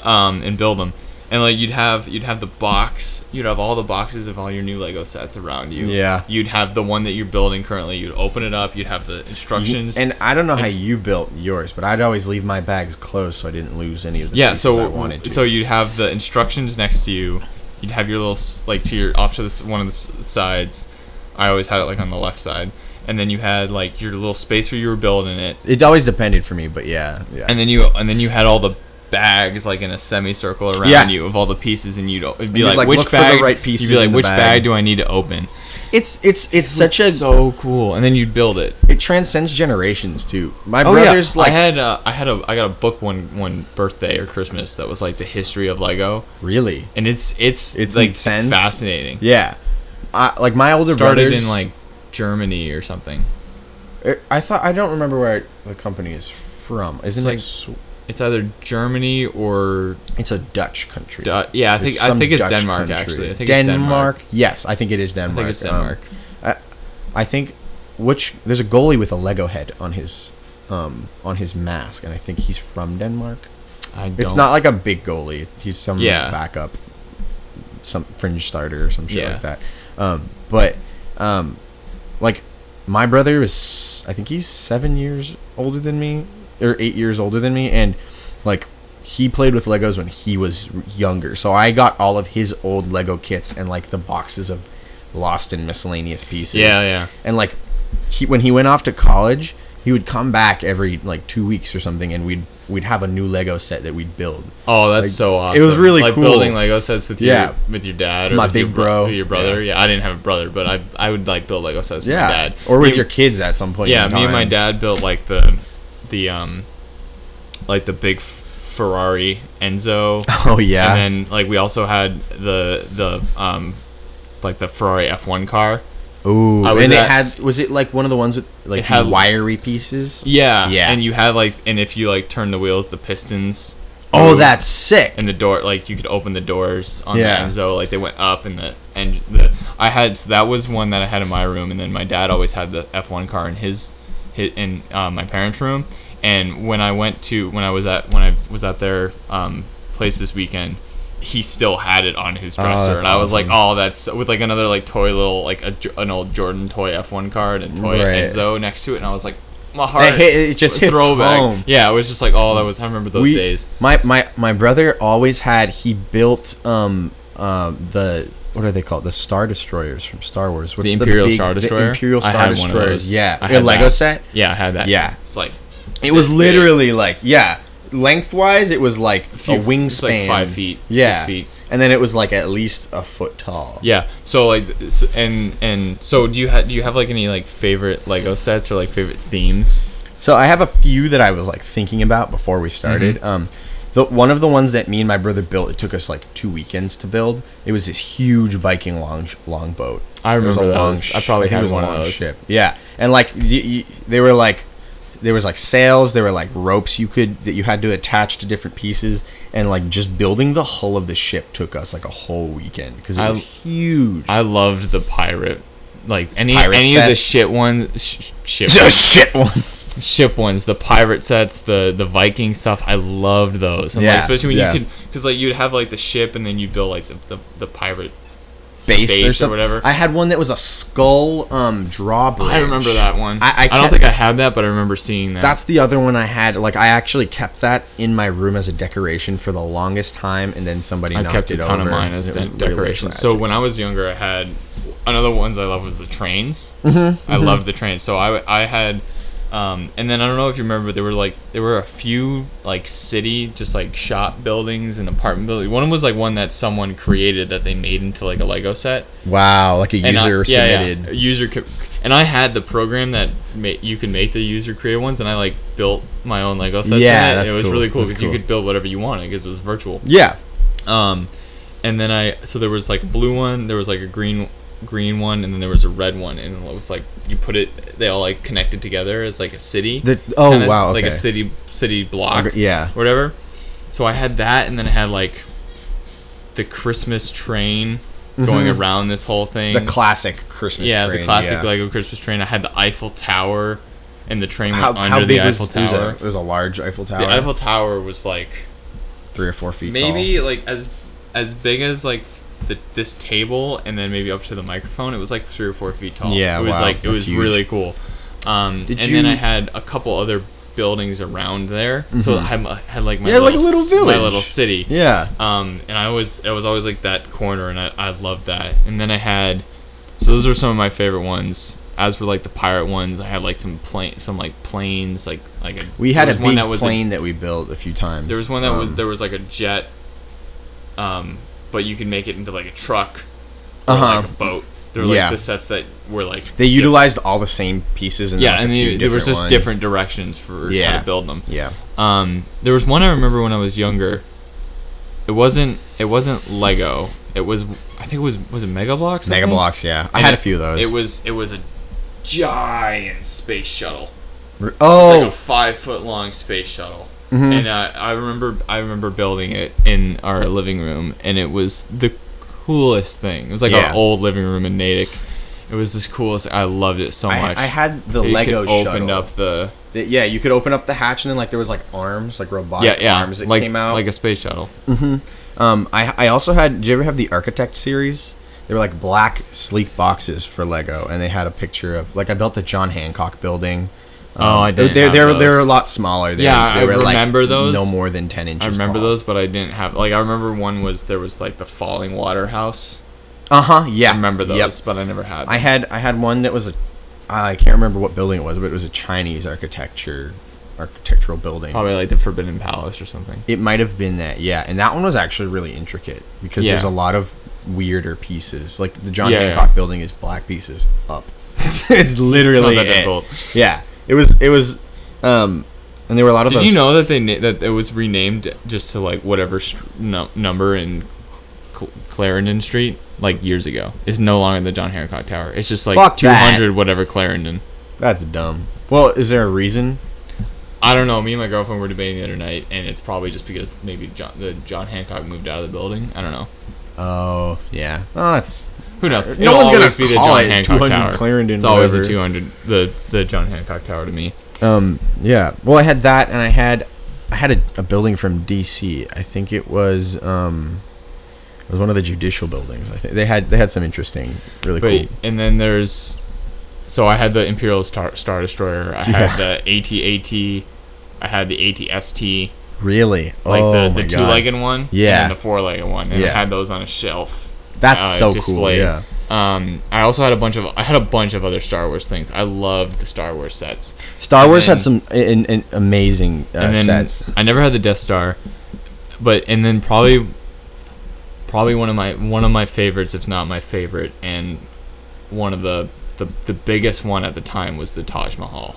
Speaker 2: um, and build them. And like you'd have you'd have the box, you'd have all the boxes of all your new Lego sets around you.
Speaker 1: Yeah.
Speaker 2: You'd have the one that you're building currently. You'd open it up. You'd have the instructions.
Speaker 1: And I don't know how you built yours, but I'd always leave my bags closed so I didn't lose any of the
Speaker 2: yeah,
Speaker 1: pieces
Speaker 2: so
Speaker 1: I wanted to.
Speaker 2: so you'd have the instructions next to you. You'd have your little s- like to your off to this one of the s- sides. I always had it like on the left side, and then you had like your little space where you were building it,
Speaker 1: it always depended for me, but yeah. Yeah.
Speaker 2: and then you and then you had all the bags like in a semicircle around
Speaker 1: Yeah.
Speaker 2: you of all the pieces, and you'd o- it'd be
Speaker 1: you'd,
Speaker 2: like,
Speaker 1: like,
Speaker 2: which
Speaker 1: look for the
Speaker 2: bag
Speaker 1: right
Speaker 2: You'd
Speaker 1: pieces
Speaker 2: be
Speaker 1: in
Speaker 2: like
Speaker 1: the
Speaker 2: which
Speaker 1: bag."
Speaker 2: bag do I need to open?
Speaker 1: it's it's it's such a
Speaker 2: so cool, and then you'd build it.
Speaker 1: it transcends generations too. My
Speaker 2: Oh
Speaker 1: brother's
Speaker 2: yeah,
Speaker 1: like
Speaker 2: I had uh, I had a I got a book one one birthday or Christmas that was like the history of Lego,
Speaker 1: really,
Speaker 2: and it's it's
Speaker 1: It's
Speaker 2: like
Speaker 1: intense.
Speaker 2: fascinating.
Speaker 1: yeah. I, like my older
Speaker 2: started
Speaker 1: brothers
Speaker 2: in like Germany or something.
Speaker 1: I- I thought I don't remember where the company is from. Isn't
Speaker 2: like-
Speaker 1: it? Sw-
Speaker 2: It's either Germany or
Speaker 1: it's a Dutch country.
Speaker 2: Du- yeah, I think I
Speaker 1: some
Speaker 2: think it's
Speaker 1: Dutch
Speaker 2: Denmark
Speaker 1: country.
Speaker 2: actually. I think
Speaker 1: Denmark.
Speaker 2: it's Denmark.
Speaker 1: Yes, I think it is Denmark.
Speaker 2: I think it's
Speaker 1: Um,
Speaker 2: Denmark.
Speaker 1: I think which there's a goalie with a Lego head on his um on his mask, and I think he's from Denmark.
Speaker 2: I don't,
Speaker 1: um, It's not like a big goalie. He's some
Speaker 2: Yeah.
Speaker 1: backup, some fringe starter or some shit
Speaker 2: Yeah.
Speaker 1: like that. Um, but um, like my brother is, I think he's seven years older than me or eight years older than me, and like he played with Legos when he was younger. So I got all of his old Lego kits and like the boxes of lost and miscellaneous pieces
Speaker 2: Yeah, yeah.
Speaker 1: and like he when he went off to college he would come back every like two weeks or something, and we'd we'd have a new Lego set that we'd build.
Speaker 2: Oh, that's
Speaker 1: Like,
Speaker 2: so awesome!
Speaker 1: it was really
Speaker 2: like
Speaker 1: cool.
Speaker 2: building Lego sets with
Speaker 1: Yeah.
Speaker 2: your with your dad or
Speaker 1: My
Speaker 2: with
Speaker 1: big
Speaker 2: your bro,
Speaker 1: bro.
Speaker 2: your brother. Yeah. I didn't have a brother, but I I would like build Lego sets with
Speaker 1: Yeah,
Speaker 2: my dad
Speaker 1: or with
Speaker 2: Me-
Speaker 1: your kids at some point.
Speaker 2: Yeah,
Speaker 1: in
Speaker 2: me and my
Speaker 1: time.
Speaker 2: dad built like the the um like the big f- Ferrari
Speaker 1: *laughs*
Speaker 2: Enzo.
Speaker 1: Oh yeah,
Speaker 2: And then like we also had the the um like the Ferrari F1 car.
Speaker 1: Ooh,
Speaker 2: I was
Speaker 1: and
Speaker 2: at-
Speaker 1: it had was it like one of the ones with like
Speaker 2: It had-
Speaker 1: the wiry pieces?
Speaker 2: Yeah.
Speaker 1: Yeah.
Speaker 2: And you had like and if you like turn the wheels, the pistons.
Speaker 1: Oh,
Speaker 2: moved,
Speaker 1: that's sick.
Speaker 2: and the door like you could open the doors on
Speaker 1: Yeah.
Speaker 2: the Enzo like they went up and the and the I had so that was one that I had in my room and then my dad always had the F1 car in his, his in uh, my parents' room and when I went to when I was at when I was at their um, place this weekend he still had it on his dresser
Speaker 1: Oh, that's
Speaker 2: and I was like
Speaker 1: awesome.
Speaker 2: oh that's with like another like toy little like a, Jo- an old Jordan toy F1 car and a toy
Speaker 1: Right.
Speaker 2: Enzo next to it and I was like my heart
Speaker 1: hit- it just hits home.
Speaker 2: yeah it was just like oh that was I remember those
Speaker 1: we,
Speaker 2: days
Speaker 1: My my my brother always had he built um um the what are they called the Star Destroyers from Star Wars? What's
Speaker 2: the Imperial
Speaker 1: big-
Speaker 2: Star
Speaker 1: the
Speaker 2: Destroyer.
Speaker 1: Imperial
Speaker 2: I
Speaker 1: Star
Speaker 2: had
Speaker 1: Destroyers.
Speaker 2: One of those.
Speaker 1: Yeah,
Speaker 2: I
Speaker 1: a
Speaker 2: had
Speaker 1: Lego
Speaker 2: that.
Speaker 1: set.
Speaker 2: Yeah, I had that.
Speaker 1: Yeah.
Speaker 2: it's like
Speaker 1: It was
Speaker 2: this big.
Speaker 1: literally like yeah, lengthwise it was like a,
Speaker 2: few-
Speaker 1: wingspan,
Speaker 2: Oh, it's like five feet, six
Speaker 1: yeah,
Speaker 2: feet.
Speaker 1: and then it was like at least a foot tall.
Speaker 2: Yeah, so like, s- and and so do you have do you have like any like favorite Lego sets or like favorite themes?
Speaker 1: So I have a few that I was like thinking about before we started.
Speaker 2: Mm-hmm.
Speaker 1: Um, the one of the ones that me and my brother built. It took us like two weekends to build. It was this huge Viking long long boat.
Speaker 2: I
Speaker 1: It was a
Speaker 2: remember
Speaker 1: long
Speaker 2: those.
Speaker 1: sh-
Speaker 2: I probably
Speaker 1: think it
Speaker 2: had
Speaker 1: was a
Speaker 2: one of
Speaker 1: long
Speaker 2: those.
Speaker 1: Yeah, and like y- y- they were like there was like sails. There were like ropes you could that you had to attach to different pieces. And like just building the hull of the ship took us like a whole weekend because it
Speaker 2: I-
Speaker 1: was huge. *laughs*
Speaker 2: I loved the pirate, like any
Speaker 1: Pirate
Speaker 2: any of the
Speaker 1: sets?
Speaker 2: shit ones, sh- ship
Speaker 1: the shit ones.
Speaker 2: ship ones, the pirate sets, the the Viking stuff. I loved those. And like,
Speaker 1: Yeah,
Speaker 2: especially when
Speaker 1: yeah.
Speaker 2: you could because like you'd have like the ship and then you would build like the, the, the pirate.
Speaker 1: base,
Speaker 2: base
Speaker 1: or
Speaker 2: or
Speaker 1: something.
Speaker 2: whatever.
Speaker 1: I had one that was a skull um drawbridge.
Speaker 2: I remember that one.
Speaker 1: I- I
Speaker 2: I don't
Speaker 1: can't-
Speaker 2: think I had that, but I remember seeing that.
Speaker 1: That's the other one I had. Like I actually kept that in my room as a decoration for the longest time, and then somebody
Speaker 2: I
Speaker 1: knocked
Speaker 2: kept a
Speaker 1: it
Speaker 2: ton
Speaker 1: over,
Speaker 2: of mine as
Speaker 1: and it
Speaker 2: de-
Speaker 1: was really
Speaker 2: decorations. so
Speaker 1: tragic.
Speaker 2: when I was younger, I had another ones I loved was the trains.
Speaker 1: Mm-hmm,
Speaker 2: I loved the trains. So I I had, um, and then I don't know if you remember, but there were like there were a few like city just like shop buildings and apartment buildings. One was like one that someone created that they made into like a Lego set.
Speaker 1: wow, like a
Speaker 2: And I-
Speaker 1: user
Speaker 2: yeah, yeah.
Speaker 1: submitted.
Speaker 2: A User, co- and I had the program that ma- you can make the user create ones, and I like built my own Lego sets. in
Speaker 1: Yeah,
Speaker 2: it, and
Speaker 1: that's
Speaker 2: it was
Speaker 1: cool.
Speaker 2: really cool
Speaker 1: That's
Speaker 2: because
Speaker 1: cool.
Speaker 2: you could build whatever you wanted because it was virtual.
Speaker 1: Yeah.
Speaker 2: Um, and then I so there was like a blue one, there was like a green green one, and then there was a red one, and it was like you put it, they all like connected together as like a city.
Speaker 1: The- oh,
Speaker 2: kinda,
Speaker 1: wow,
Speaker 2: like a
Speaker 1: okay.
Speaker 2: city city block,
Speaker 1: Okay, yeah.
Speaker 2: whatever. So I had that, and then I had like the Christmas train going around this whole thing.
Speaker 1: Mm-hmm. The classic Christmas.
Speaker 2: Mm. yeah,
Speaker 1: train,
Speaker 2: the classic
Speaker 1: yeah.
Speaker 2: Lego Christmas train. I had the Eiffel Tower, and the train
Speaker 1: how,
Speaker 2: went
Speaker 1: how
Speaker 2: under the
Speaker 1: big was,
Speaker 2: Eiffel
Speaker 1: it was a-
Speaker 2: Tower.
Speaker 1: It was a large Eiffel Tower.
Speaker 2: The Eiffel Tower was like
Speaker 1: three or four feet.
Speaker 2: maybe like as as big as like the, this table and then maybe up to the microphone it was like three or four feet tall
Speaker 1: Yeah,
Speaker 2: it was
Speaker 1: wow,
Speaker 2: like it
Speaker 1: that's
Speaker 2: was
Speaker 1: huge.
Speaker 2: really cool um
Speaker 1: Did
Speaker 2: and then i
Speaker 1: you-
Speaker 2: had a couple other buildings around there so i had- I had like my
Speaker 1: Mm-hmm. Yeah, like
Speaker 2: little,
Speaker 1: a little
Speaker 2: s-
Speaker 1: village.
Speaker 2: my little city
Speaker 1: Tall. Yeah.
Speaker 2: um and i always i was always like that corner and i, I loved that and then i had so those are some of my favorite ones as for like the pirate ones i had like some plane some like planes like like a,
Speaker 1: We had
Speaker 2: there
Speaker 1: a
Speaker 2: was
Speaker 1: big
Speaker 2: a-
Speaker 1: plane that we built a few times.
Speaker 2: there was one that was
Speaker 1: Um,
Speaker 2: there was like a jet, um, but you could make it into like a truck or
Speaker 1: Uh-huh.
Speaker 2: like a boat. There were like
Speaker 1: Yeah.
Speaker 2: the sets that were like
Speaker 1: They utilized all the same pieces. And
Speaker 2: yeah,
Speaker 1: like, a
Speaker 2: and
Speaker 1: few
Speaker 2: they, there was
Speaker 1: different
Speaker 2: just
Speaker 1: ones.
Speaker 2: different directions for how
Speaker 1: Yeah.
Speaker 2: to build them.
Speaker 1: Yeah.
Speaker 2: Um, there was one I remember when I was younger. It wasn't it wasn't Lego. It was I think it was was it Mega Blocks. I
Speaker 1: Mega
Speaker 2: think?
Speaker 1: blocks. Yeah. I
Speaker 2: And
Speaker 1: had a
Speaker 2: it-
Speaker 1: few of those.
Speaker 2: It was it was a giant space shuttle. It's like
Speaker 1: oh. Mm-hmm.
Speaker 2: a five foot long space shuttle. And uh, I remember I remember building it in our living room, and it was the coolest thing. It was like
Speaker 1: Yeah.
Speaker 2: our old living room in Natick. It was this coolest. I loved it so
Speaker 1: I,
Speaker 2: much.
Speaker 1: I had the
Speaker 2: It
Speaker 1: Lego
Speaker 2: could-
Speaker 1: shuttle.
Speaker 2: opened up the
Speaker 1: that- yeah, you could open up the hatch and then like there was like arms, like
Speaker 2: yeah
Speaker 1: robotic
Speaker 2: yeah
Speaker 1: arms that
Speaker 2: like
Speaker 1: came out.
Speaker 2: like a space shuttle.
Speaker 1: um, I I also had. Did you ever have the Architect series? They were like black sleek boxes for Lego, and they had a picture of like I built the John Hancock building. Um,
Speaker 2: oh, I did.
Speaker 1: They're they're they're a lot smaller. They,
Speaker 2: Yeah,
Speaker 1: they
Speaker 2: I
Speaker 1: were, like,
Speaker 2: remember those.
Speaker 1: No more than ten
Speaker 2: I
Speaker 1: inches.
Speaker 2: remember those, but I didn't have like I remember one was there was like the falling water house.
Speaker 1: Uh huh. Yeah.
Speaker 2: I remember those,
Speaker 1: Yep.
Speaker 2: but I never had.
Speaker 1: I had I had one that was a I can't remember what building it was, but it was a Chinese architecture architectural building.
Speaker 2: Probably like the Forbidden Palace or something.
Speaker 1: It might have been that, yeah. And that one was actually really intricate because
Speaker 2: Yeah.
Speaker 1: there's a lot of weirder pieces. Like the John
Speaker 2: Yeah, yeah.
Speaker 1: Hancock building is black pieces up. *laughs* it's literally
Speaker 2: that
Speaker 1: it.
Speaker 2: difficult.
Speaker 1: Yeah, it was. It was. Um, and there were a lot of.
Speaker 2: Did
Speaker 1: those,
Speaker 2: you know that they na- that it was renamed just to like whatever st- no, number in Cl- Clarendon Street like years ago? It's no longer the John Hancock Tower. It's just like
Speaker 1: Fuck that.
Speaker 2: 200 whatever Clarendon.
Speaker 1: That's dumb. Well, is there a reason?
Speaker 2: I don't know. Me and my girlfriend were debating the other night, and it's probably just because maybe John, the John Hancock moved out of the building. I don't know.
Speaker 1: Oh yeah. Oh, that's
Speaker 2: Who knows?
Speaker 1: No one's gonna call it 200 Clarendon,
Speaker 2: It's always the
Speaker 1: whatever.
Speaker 2: 200, the the John Hancock Tower to me.
Speaker 1: Um, yeah. Well, I had that, and I had, I had a, a building from DC. I think it was, um, it was one of the judicial buildings. I think they had they had some interesting, really
Speaker 2: But
Speaker 1: cool.
Speaker 2: and then there's, so I had the Imperial Star Star Destroyer. I
Speaker 1: Yeah.
Speaker 2: had the AT-AT. I had the AT-ST,
Speaker 1: Really,
Speaker 2: like
Speaker 1: oh
Speaker 2: the,
Speaker 1: my
Speaker 2: the
Speaker 1: God.
Speaker 2: two-legged one,
Speaker 1: Yeah.
Speaker 2: and then the four-legged one, and I
Speaker 1: Yeah.
Speaker 2: had those on a shelf.
Speaker 1: That's
Speaker 2: uh,
Speaker 1: so
Speaker 2: displayed.
Speaker 1: cool. Yeah.
Speaker 2: Um, I also had a bunch of I had a bunch of other Star Wars things. I loved the Star Wars sets.
Speaker 1: Star Wars
Speaker 2: then-
Speaker 1: had some in, in, amazing uh,
Speaker 2: and then
Speaker 1: sets.
Speaker 2: I never had the Death Star, but and then probably probably one of my one of my favorites, if not my favorite, and one of the the, the biggest one at the time was the Taj Mahal.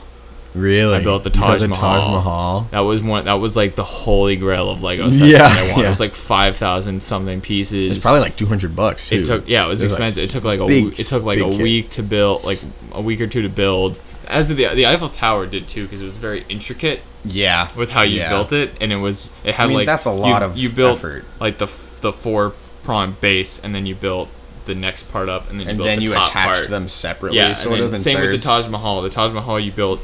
Speaker 1: Really,
Speaker 2: I built the
Speaker 1: You built
Speaker 2: Taj
Speaker 1: the
Speaker 2: Mahal.
Speaker 1: Mahal.
Speaker 2: That was one. That was like the holy grail of Lego sets
Speaker 1: Yeah,
Speaker 2: that I wanted.
Speaker 1: yeah.
Speaker 2: It was like five thousand something pieces.
Speaker 1: It's probably like two hundred bucks.
Speaker 2: it
Speaker 1: too.
Speaker 2: took yeah, it was
Speaker 1: It was, like,
Speaker 2: expensive. it took like a
Speaker 1: big-
Speaker 2: w- it took like
Speaker 1: big
Speaker 2: a
Speaker 1: kit.
Speaker 2: week to build, like a week or two to build. As did the the Eiffel Tower did too, because it was very intricate
Speaker 1: Yeah,
Speaker 2: with how you
Speaker 1: Yeah.
Speaker 2: built it, and it was it had
Speaker 1: I mean,
Speaker 2: like
Speaker 1: that's a
Speaker 2: you-
Speaker 1: lot of
Speaker 2: you built
Speaker 1: effort.
Speaker 2: like the f- the four prong base, and then you built the next part up, and then you
Speaker 1: and
Speaker 2: built
Speaker 1: then
Speaker 2: the
Speaker 1: you
Speaker 2: top
Speaker 1: attached
Speaker 2: part.
Speaker 1: them separately,
Speaker 2: Yeah,
Speaker 1: sort
Speaker 2: and then
Speaker 1: of. in
Speaker 2: same with
Speaker 1: thirds.
Speaker 2: the Taj Mahal. The Taj Mahal you built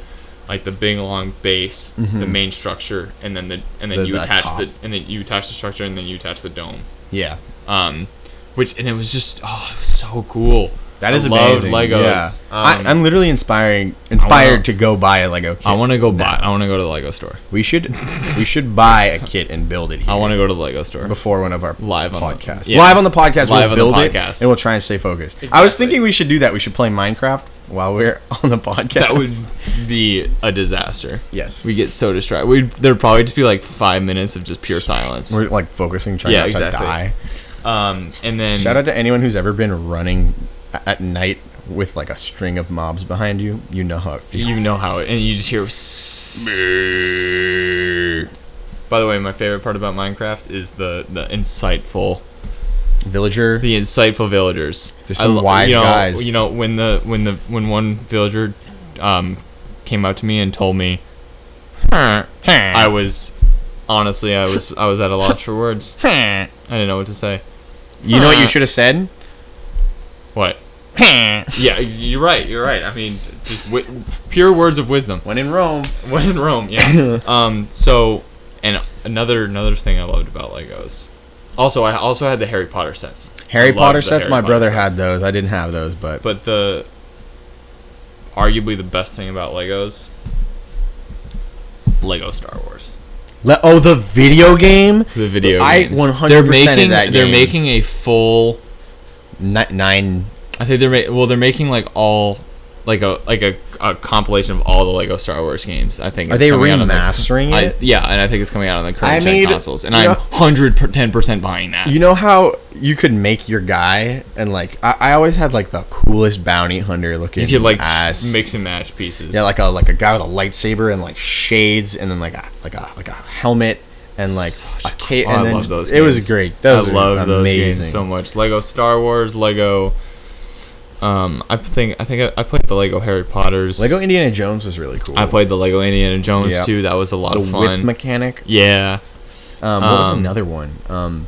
Speaker 2: like the big long base, the main structure, and then the and
Speaker 1: Mm-hmm.
Speaker 2: then
Speaker 1: The-
Speaker 2: you
Speaker 1: the
Speaker 2: attach
Speaker 1: top.
Speaker 2: the and then you attach the structure, and then you attach the dome.
Speaker 1: Yeah,
Speaker 2: Um, which and it was just oh, it was so cool.
Speaker 1: That
Speaker 2: I
Speaker 1: is
Speaker 2: loved
Speaker 1: amazing.
Speaker 2: Legos.
Speaker 1: Yeah.
Speaker 2: Um,
Speaker 1: I, I'm literally inspiring inspired to go buy a Lego kit.
Speaker 2: I want to go buy. I want to go to the Lego store.
Speaker 1: we should
Speaker 2: *laughs*
Speaker 1: we should buy a kit and build it here
Speaker 2: I want to go to the Lego store.
Speaker 1: before one of our
Speaker 2: Live on the-
Speaker 1: podcasts.
Speaker 2: yeah.
Speaker 1: Live on the podcast,
Speaker 2: Live on
Speaker 1: we'll
Speaker 2: the
Speaker 1: build
Speaker 2: podcast.
Speaker 1: it and we'll try and stay focused. I was
Speaker 2: Exactly.
Speaker 1: thinking we should do that. We should play Minecraft while we're *laughs* on the podcast.
Speaker 2: That would be a disaster.
Speaker 1: Yes.
Speaker 2: We get so distracted. We'd, there'd probably just be like five minutes of just pure silence.
Speaker 1: we're like focusing, trying
Speaker 2: Yeah,
Speaker 1: not
Speaker 2: exactly.
Speaker 1: to die.
Speaker 2: Um, and then
Speaker 1: Shout out to anyone who's ever been running a- at night with like a string of mobs behind you. You know how it feels.
Speaker 2: you know how it, and you just hear. By the way, my favorite part about Minecraft is the the insightful
Speaker 1: Villager.
Speaker 2: the insightful villagers.
Speaker 1: There's some
Speaker 2: lo-
Speaker 1: wise
Speaker 2: you know,
Speaker 1: guys.
Speaker 2: You know when the when the when one villager um, came up to me and told me I was honestly I was I was at a loss for words. I didn't know what to say.
Speaker 1: you know what you should have
Speaker 2: *laughs*
Speaker 1: said?
Speaker 2: What? yeah, ex- you're right. You're right. I mean, just wi- pure words of wisdom.
Speaker 1: When in Rome.
Speaker 2: *laughs* When in
Speaker 1: *laughs*
Speaker 2: Rome, yeah. um, so, and another another thing I loved about Legos. Also, I also had the Harry Potter sets. I
Speaker 1: Harry
Speaker 2: loved
Speaker 1: Potter
Speaker 2: the
Speaker 1: sets.
Speaker 2: Harry
Speaker 1: my
Speaker 2: Potter
Speaker 1: brother
Speaker 2: sets.
Speaker 1: had those. I didn't have those, but,
Speaker 2: But the arguably the best thing about Legos, Lego Star Wars,
Speaker 1: Le- oh, the video game.
Speaker 2: the video.
Speaker 1: I
Speaker 2: games.
Speaker 1: 100%
Speaker 2: They're
Speaker 1: of
Speaker 2: making
Speaker 1: that
Speaker 2: they're
Speaker 1: game.
Speaker 2: making a full.
Speaker 1: Ni- nine.
Speaker 2: I think they're ma- well. They're making like all like a like a, a compilation of all the Lego Star Wars games. I think
Speaker 1: Are
Speaker 2: it's
Speaker 1: they
Speaker 2: coming out on the-
Speaker 1: remastering
Speaker 2: I-
Speaker 1: it?
Speaker 2: yeah, and I think it's coming out on the
Speaker 1: I
Speaker 2: current gen
Speaker 1: made-
Speaker 2: consoles, and
Speaker 1: you
Speaker 2: I'm
Speaker 1: know-
Speaker 2: hundred ten percent buying that.
Speaker 1: You know how you could make your guy, and like I, I always had like the coolest bounty hunter looking.
Speaker 2: you could like
Speaker 1: ass.
Speaker 2: mix and match pieces.
Speaker 1: yeah, like a like a guy with a lightsaber and like shades, and then like a like a like a helmet and like
Speaker 2: Such
Speaker 1: a
Speaker 2: cool-
Speaker 1: cape.
Speaker 2: Oh,
Speaker 1: and
Speaker 2: I
Speaker 1: then
Speaker 2: love those.
Speaker 1: It was
Speaker 2: games.
Speaker 1: great. Those
Speaker 2: I
Speaker 1: I
Speaker 2: love
Speaker 1: amazing.
Speaker 2: those games so much. Lego Star Wars, Lego. Um, I think I think I, I played the Lego Harry Potter's.
Speaker 1: Lego Indiana Jones was really cool.
Speaker 2: I played the Lego Indiana Jones
Speaker 1: Yeah.
Speaker 2: too. That was a lot
Speaker 1: the
Speaker 2: of
Speaker 1: whip
Speaker 2: fun.
Speaker 1: mechanic.
Speaker 2: yeah.
Speaker 1: Um, what was
Speaker 2: Um,
Speaker 1: another one? Um,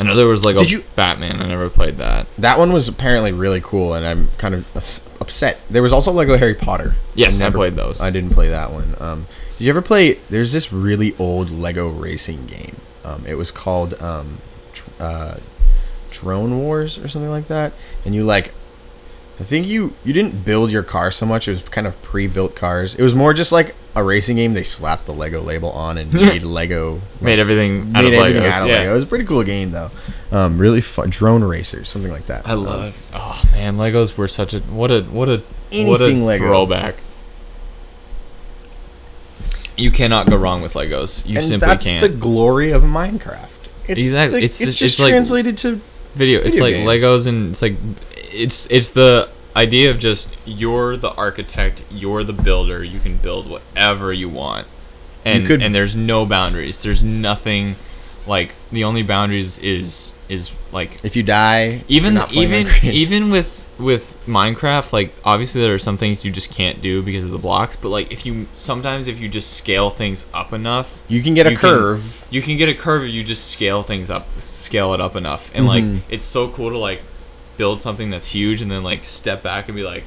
Speaker 2: I know there was Lego
Speaker 1: Did you-
Speaker 2: Batman. I never played that.
Speaker 1: That one was apparently really cool, and I'm kind of us- upset. There was also Lego Harry Potter.
Speaker 2: Yes, I played those.
Speaker 1: I didn't play that one. Um, did you ever play? There's this really old Lego racing game. Um, it was called um, Dr- uh, Drone Wars or something like that. And you like, I think you you didn't build your car so much. It was kind of pre-built cars. It was more just like a racing game. They slapped the Lego label on
Speaker 2: *laughs*
Speaker 1: and made Lego
Speaker 2: Made everything out
Speaker 1: made
Speaker 2: of
Speaker 1: everything
Speaker 2: Legos.
Speaker 1: out of
Speaker 2: yeah.
Speaker 1: Lego. It was a pretty cool game though. Um, really fun. Drone racers, something like that.
Speaker 2: I
Speaker 1: Um,
Speaker 2: love. Oh man, Legos were such a what a what a what a
Speaker 1: anything Lego.
Speaker 2: throwback. You cannot go wrong with Legos. You
Speaker 1: and
Speaker 2: simply
Speaker 1: that's
Speaker 2: can't.
Speaker 1: the glory of Minecraft. It's
Speaker 2: Exactly.
Speaker 1: like-
Speaker 2: It's
Speaker 1: it's,
Speaker 2: just-
Speaker 1: just
Speaker 2: it's like-
Speaker 1: translated to
Speaker 2: video. It's
Speaker 1: video
Speaker 2: like
Speaker 1: games.
Speaker 2: Legos, and it's like it's it's the idea of just you're the architect, you're the builder. You can build whatever you want, and
Speaker 1: could-
Speaker 2: and there's no boundaries. There's nothing like the only boundaries is is like
Speaker 1: if you die,
Speaker 2: even
Speaker 1: you're not playing
Speaker 2: even
Speaker 1: Minecraft.
Speaker 2: even with with Minecraft, like obviously there are some things you just can't do because of the blocks, but like if you sometimes if you just scale things up enough,
Speaker 1: *laughs* you can get a
Speaker 2: you can-
Speaker 1: curve.
Speaker 2: you can get a curve if you just scale things up, scale it up enough, and like
Speaker 1: Mm-hmm.
Speaker 2: it's so cool to like build something that's huge and then like step back and be like,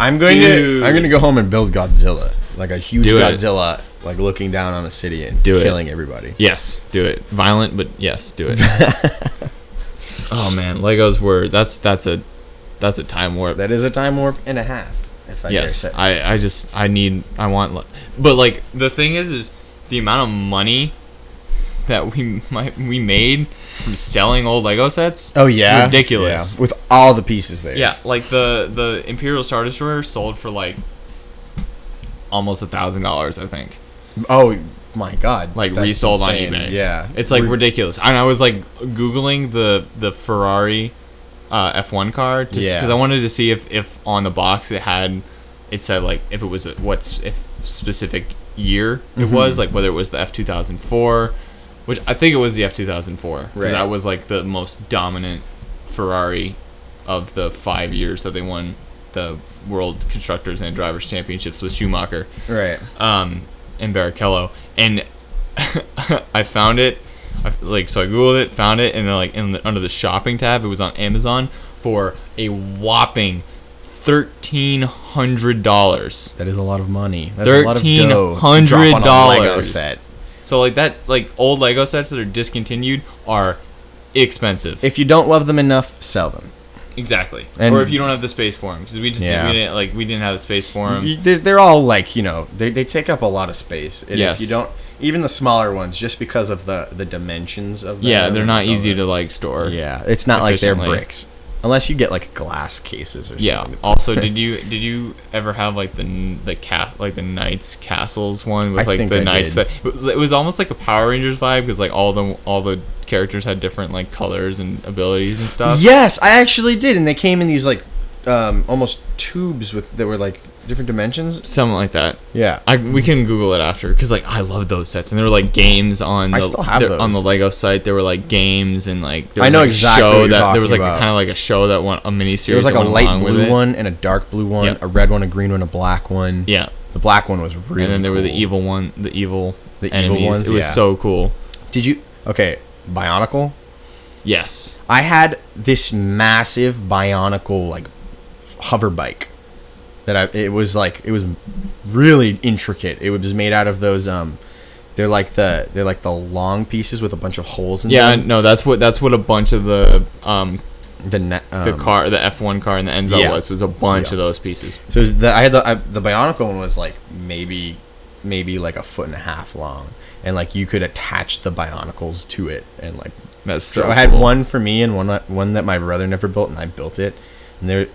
Speaker 1: I'm going
Speaker 2: Dude.
Speaker 1: to I'm going to go home and build Godzilla, like a huge
Speaker 2: Do it.
Speaker 1: Godzilla, like looking down on a city and
Speaker 2: Do it.
Speaker 1: killing everybody.
Speaker 2: yes, do it, violent, but yes, do
Speaker 1: *laughs*
Speaker 2: it. oh man, Legos were that's that's a that's a time warp.
Speaker 1: That is a time warp and a half. If I
Speaker 2: yes
Speaker 1: dare say.
Speaker 2: I, I just i need i want le- but like the thing is is the amount of money that we *laughs* might we made from selling old lego sets
Speaker 1: oh yeah,
Speaker 2: ridiculous
Speaker 1: Yeah. with all the pieces there.
Speaker 2: yeah, like the the imperial star destroyer sold for like almost a thousand dollars i think
Speaker 1: Oh my god.
Speaker 2: like
Speaker 1: that's
Speaker 2: resold
Speaker 1: insane.
Speaker 2: on eBay.
Speaker 1: Yeah.
Speaker 2: it's like
Speaker 1: Re-
Speaker 2: ridiculous. And I was like googling the the Ferrari uh, F1 car just
Speaker 1: Yeah.
Speaker 2: because I wanted to see if if on the box it had it said like if it was a, what's if specific year it
Speaker 1: Mm-hmm.
Speaker 2: was like whether it was the F2004, which I think it was the F2004 because
Speaker 1: Right.
Speaker 2: that was like the most dominant Ferrari of the five years that they won the World Constructors and Drivers Championships with Schumacher
Speaker 1: right.
Speaker 2: um, in Barrichello, and *laughs* I found it. I, like so, I googled it, found it, and then like in the, under the shopping tab, it was on Amazon for a whopping thirteen hundred dollars.
Speaker 1: That is a lot of money. That's a lot of
Speaker 2: Thirteen
Speaker 1: dough to drop on a
Speaker 2: hundred
Speaker 1: Lego
Speaker 2: dollars.
Speaker 1: set.
Speaker 2: So like that, like old Lego sets that are discontinued are expensive.
Speaker 1: If you don't love them enough, sell them.
Speaker 2: exactly,
Speaker 1: And-
Speaker 2: or if you don't have the space for them, because we just
Speaker 1: Yeah.
Speaker 2: did, we didn't like we didn't have the space for them.
Speaker 1: You- They're, they're all like you know they, they take up a lot of space. And
Speaker 2: Yes.
Speaker 1: If you don't even the smaller ones just because of the the dimensions of them.
Speaker 2: yeah, they're not
Speaker 1: and all
Speaker 2: easy
Speaker 1: that.
Speaker 2: to like store.
Speaker 1: Yeah, it's not like they're
Speaker 2: efficiently.
Speaker 1: bricks unless you get like glass cases or
Speaker 2: Yeah.
Speaker 1: something.
Speaker 2: Also, did you did you ever have like the n- the cast like the knights castles one with
Speaker 1: I
Speaker 2: like
Speaker 1: think
Speaker 2: the
Speaker 1: I
Speaker 2: knights
Speaker 1: did.
Speaker 2: that it was, it was almost like a Power Rangers vibe because like all the all the characters had different like colors and abilities and stuff.
Speaker 1: Yes, I actually did, and they came in these like um, almost tubes with that were like different dimensions.
Speaker 2: Something like that.
Speaker 1: Yeah,
Speaker 2: I we can Google it after because like I love those sets and there were like games on the
Speaker 1: I still have
Speaker 2: there- on the
Speaker 1: those.
Speaker 2: Lego site. There were like games and like there
Speaker 1: I
Speaker 2: was,
Speaker 1: know
Speaker 2: like, a
Speaker 1: exactly
Speaker 2: show
Speaker 1: what you're
Speaker 2: that there was like
Speaker 1: talking
Speaker 2: a
Speaker 1: about.
Speaker 2: kind of like a show that went a mini
Speaker 1: There
Speaker 2: series.
Speaker 1: was like a light blue
Speaker 2: one.
Speaker 1: one and a dark blue one,
Speaker 2: Yep.
Speaker 1: a red one, a green one, a black one.
Speaker 2: Yeah,
Speaker 1: The black one was really.
Speaker 2: and then there were the
Speaker 1: cool.
Speaker 2: evil one, the evil
Speaker 1: The evil
Speaker 2: enemies.
Speaker 1: ones,
Speaker 2: it was
Speaker 1: yeah.
Speaker 2: so cool.
Speaker 1: Did you? Okay, Bionicle.
Speaker 2: Yes.
Speaker 1: I had this massive Bionicle like hover bike that I. It was like it was really intricate. It was made out of those um. They're like the they're like the long pieces with a bunch of holes in
Speaker 2: Yeah,
Speaker 1: them.
Speaker 2: no, that's what that's what a bunch of the um
Speaker 1: The net.
Speaker 2: the
Speaker 1: um,
Speaker 2: car the F one car in the end zone
Speaker 1: yeah.
Speaker 2: was was a bunch
Speaker 1: Yeah.
Speaker 2: of those pieces.
Speaker 1: So it was the, I had the I, the Bionicle one was like maybe maybe like a foot and a half long, and like you could attach the Bionicles to it, and like
Speaker 2: That's so,
Speaker 1: so, I had
Speaker 2: cool.
Speaker 1: one for me and one that- one that my brother never built, and I built it, and there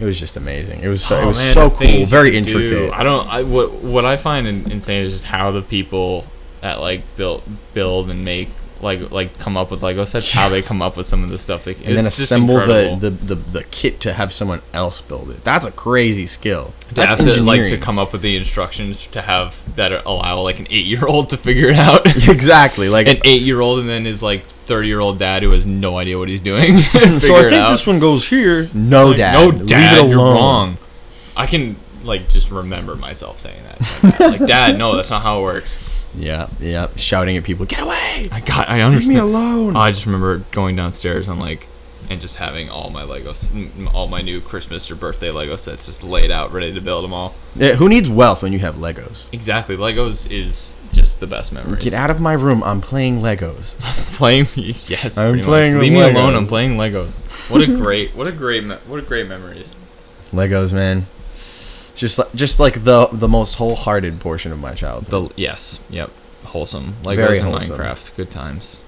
Speaker 1: it was just amazing. It was so,
Speaker 2: Oh,
Speaker 1: it was
Speaker 2: man,
Speaker 1: so
Speaker 2: the things
Speaker 1: cool,
Speaker 2: you
Speaker 1: very
Speaker 2: can do.
Speaker 1: intricate.
Speaker 2: I don't I what what I find in, insane is just how the people that like built build and make like like come up with Lego sets, how they come up with some of the stuff they
Speaker 1: And
Speaker 2: it's
Speaker 1: then
Speaker 2: just
Speaker 1: assemble the,
Speaker 2: incredible.
Speaker 1: the, the, the kit to have someone else build it. That's a crazy skill.
Speaker 2: to
Speaker 1: That's
Speaker 2: have to, like to
Speaker 1: engineering.
Speaker 2: come up with the instructions to have that allow like an eight year old to figure it out.
Speaker 1: *laughs*
Speaker 2: *laughs*
Speaker 1: exactly like
Speaker 2: an eight year old and then his like thirty year old dad who has no idea what he's doing. *laughs*
Speaker 1: so I think this one goes here. No
Speaker 2: Like,
Speaker 1: dad,
Speaker 2: No
Speaker 1: leave it
Speaker 2: dad, you're
Speaker 1: alone.
Speaker 2: wrong. I can like just remember myself saying that. Like, dad, no, that's not how it works.
Speaker 1: Yeah, yeah, shouting at people, get away.
Speaker 2: I got. I
Speaker 1: Leave me
Speaker 2: understand.
Speaker 1: alone.
Speaker 2: I just remember going downstairs and like, and just having all my Legos, m- all my new Christmas or birthday Lego sets just laid out, ready to build them all.
Speaker 1: Yeah, Eh, who needs wealth when you have Legos?
Speaker 2: Exactly. Legos is just the best memories.
Speaker 1: Get out of my room. I'm playing Legos.
Speaker 2: *laughs* playing yes
Speaker 1: I'm
Speaker 2: pretty much.
Speaker 1: playing with
Speaker 2: leave me alone
Speaker 1: Legos.
Speaker 2: i'm playing legos what a great what a great me- what a great memories
Speaker 1: Legos, man. Just like just like the the most wholehearted portion of my childhood.
Speaker 2: the yes yep wholesome legos
Speaker 1: Very
Speaker 2: and
Speaker 1: wholesome.
Speaker 2: minecraft good times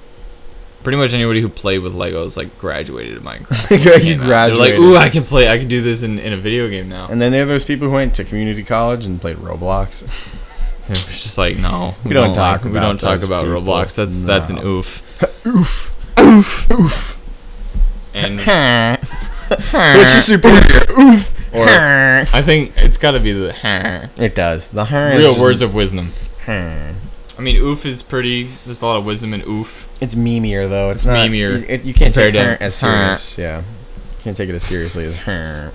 Speaker 2: pretty much anybody who played with Legos like graduated to
Speaker 1: *laughs*
Speaker 2: Minecraft.
Speaker 1: You
Speaker 2: when it came out. They're
Speaker 1: graduated.
Speaker 2: like, ooh, I can play. I can do this in, in a video
Speaker 1: *laughs*
Speaker 2: game now. And
Speaker 1: And then there are those people who went to community college and played Roblox.
Speaker 2: it was just like, no, we,
Speaker 1: don't talk
Speaker 2: we
Speaker 1: about
Speaker 2: don't talk
Speaker 1: those
Speaker 2: about
Speaker 1: people.
Speaker 2: Roblox. That's that's an
Speaker 1: No.
Speaker 2: oof,
Speaker 1: *laughs*
Speaker 2: oof, oof, and
Speaker 1: Which is superior? Oof. Or
Speaker 2: or I think it's got to be the *laughs* huh.
Speaker 1: it does. The her is
Speaker 2: real
Speaker 1: just-
Speaker 2: words of wisdom.
Speaker 1: Huh.
Speaker 2: I mean, oof is pretty. There's a lot of wisdom in oof.
Speaker 1: It's memeier though. It's, not,
Speaker 2: memeier
Speaker 1: You, it- you can't take
Speaker 2: compared
Speaker 1: her
Speaker 2: to
Speaker 1: as
Speaker 2: her.
Speaker 1: serious. Yeah. You can't take it as seriously as
Speaker 2: *laughs*
Speaker 1: her.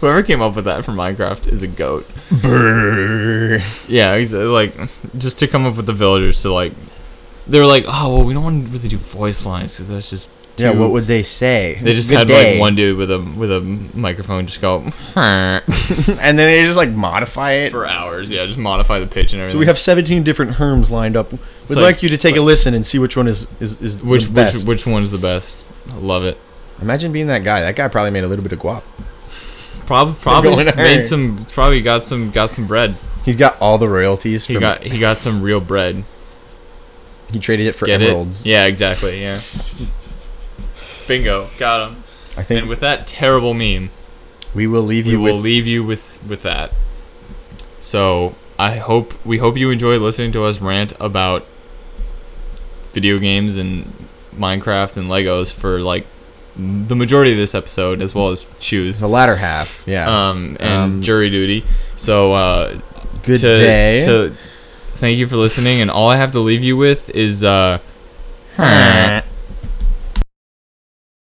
Speaker 2: Whoever came up with that for Minecraft is a goat.
Speaker 1: Brrr.
Speaker 2: Yeah, he's uh, like just to come up with the villagers to like they were like, oh well, we don't want to really do voice lines because that's just too.
Speaker 1: Yeah. What would they say?
Speaker 2: they just
Speaker 1: Good
Speaker 2: had
Speaker 1: day.
Speaker 2: like one dude with a with a microphone just
Speaker 1: *laughs*
Speaker 2: go *laughs*
Speaker 1: and then they just like modify it.
Speaker 2: for hours. Yeah, just modify the pitch and everything.
Speaker 1: So we have 17 different herms lined up. We'd like,
Speaker 2: like-
Speaker 1: you to take a listen and see which one is is, is
Speaker 2: which
Speaker 1: the best.
Speaker 2: which which one's the best? I love it.
Speaker 1: Imagine being that guy. That guy probably made a little bit of guap.
Speaker 2: Probably probably
Speaker 1: going
Speaker 2: made
Speaker 1: hard.
Speaker 2: some probably got some got some bread.
Speaker 1: He's got all the royalties.
Speaker 2: He
Speaker 1: from-
Speaker 2: got he got some real bread.
Speaker 1: He traded it *laughs* for
Speaker 2: Get
Speaker 1: emeralds.
Speaker 2: it? Yeah,
Speaker 1: *laughs*
Speaker 2: exactly. Yeah. Bingo, got him.
Speaker 1: I think
Speaker 2: And with that terrible meme.
Speaker 1: we will leave
Speaker 2: we
Speaker 1: you
Speaker 2: will
Speaker 1: with
Speaker 2: leave you with with that. So I hope we hope you enjoy listening to us rant about video games and Minecraft and Legos for like m- the majority of this episode, as well as choose
Speaker 1: the latter half. Yeah.
Speaker 2: um, and
Speaker 1: Um,
Speaker 2: jury duty. So uh,
Speaker 1: Good
Speaker 2: to,
Speaker 1: day.
Speaker 2: to thank you for listening, and all I have to leave you with is uh.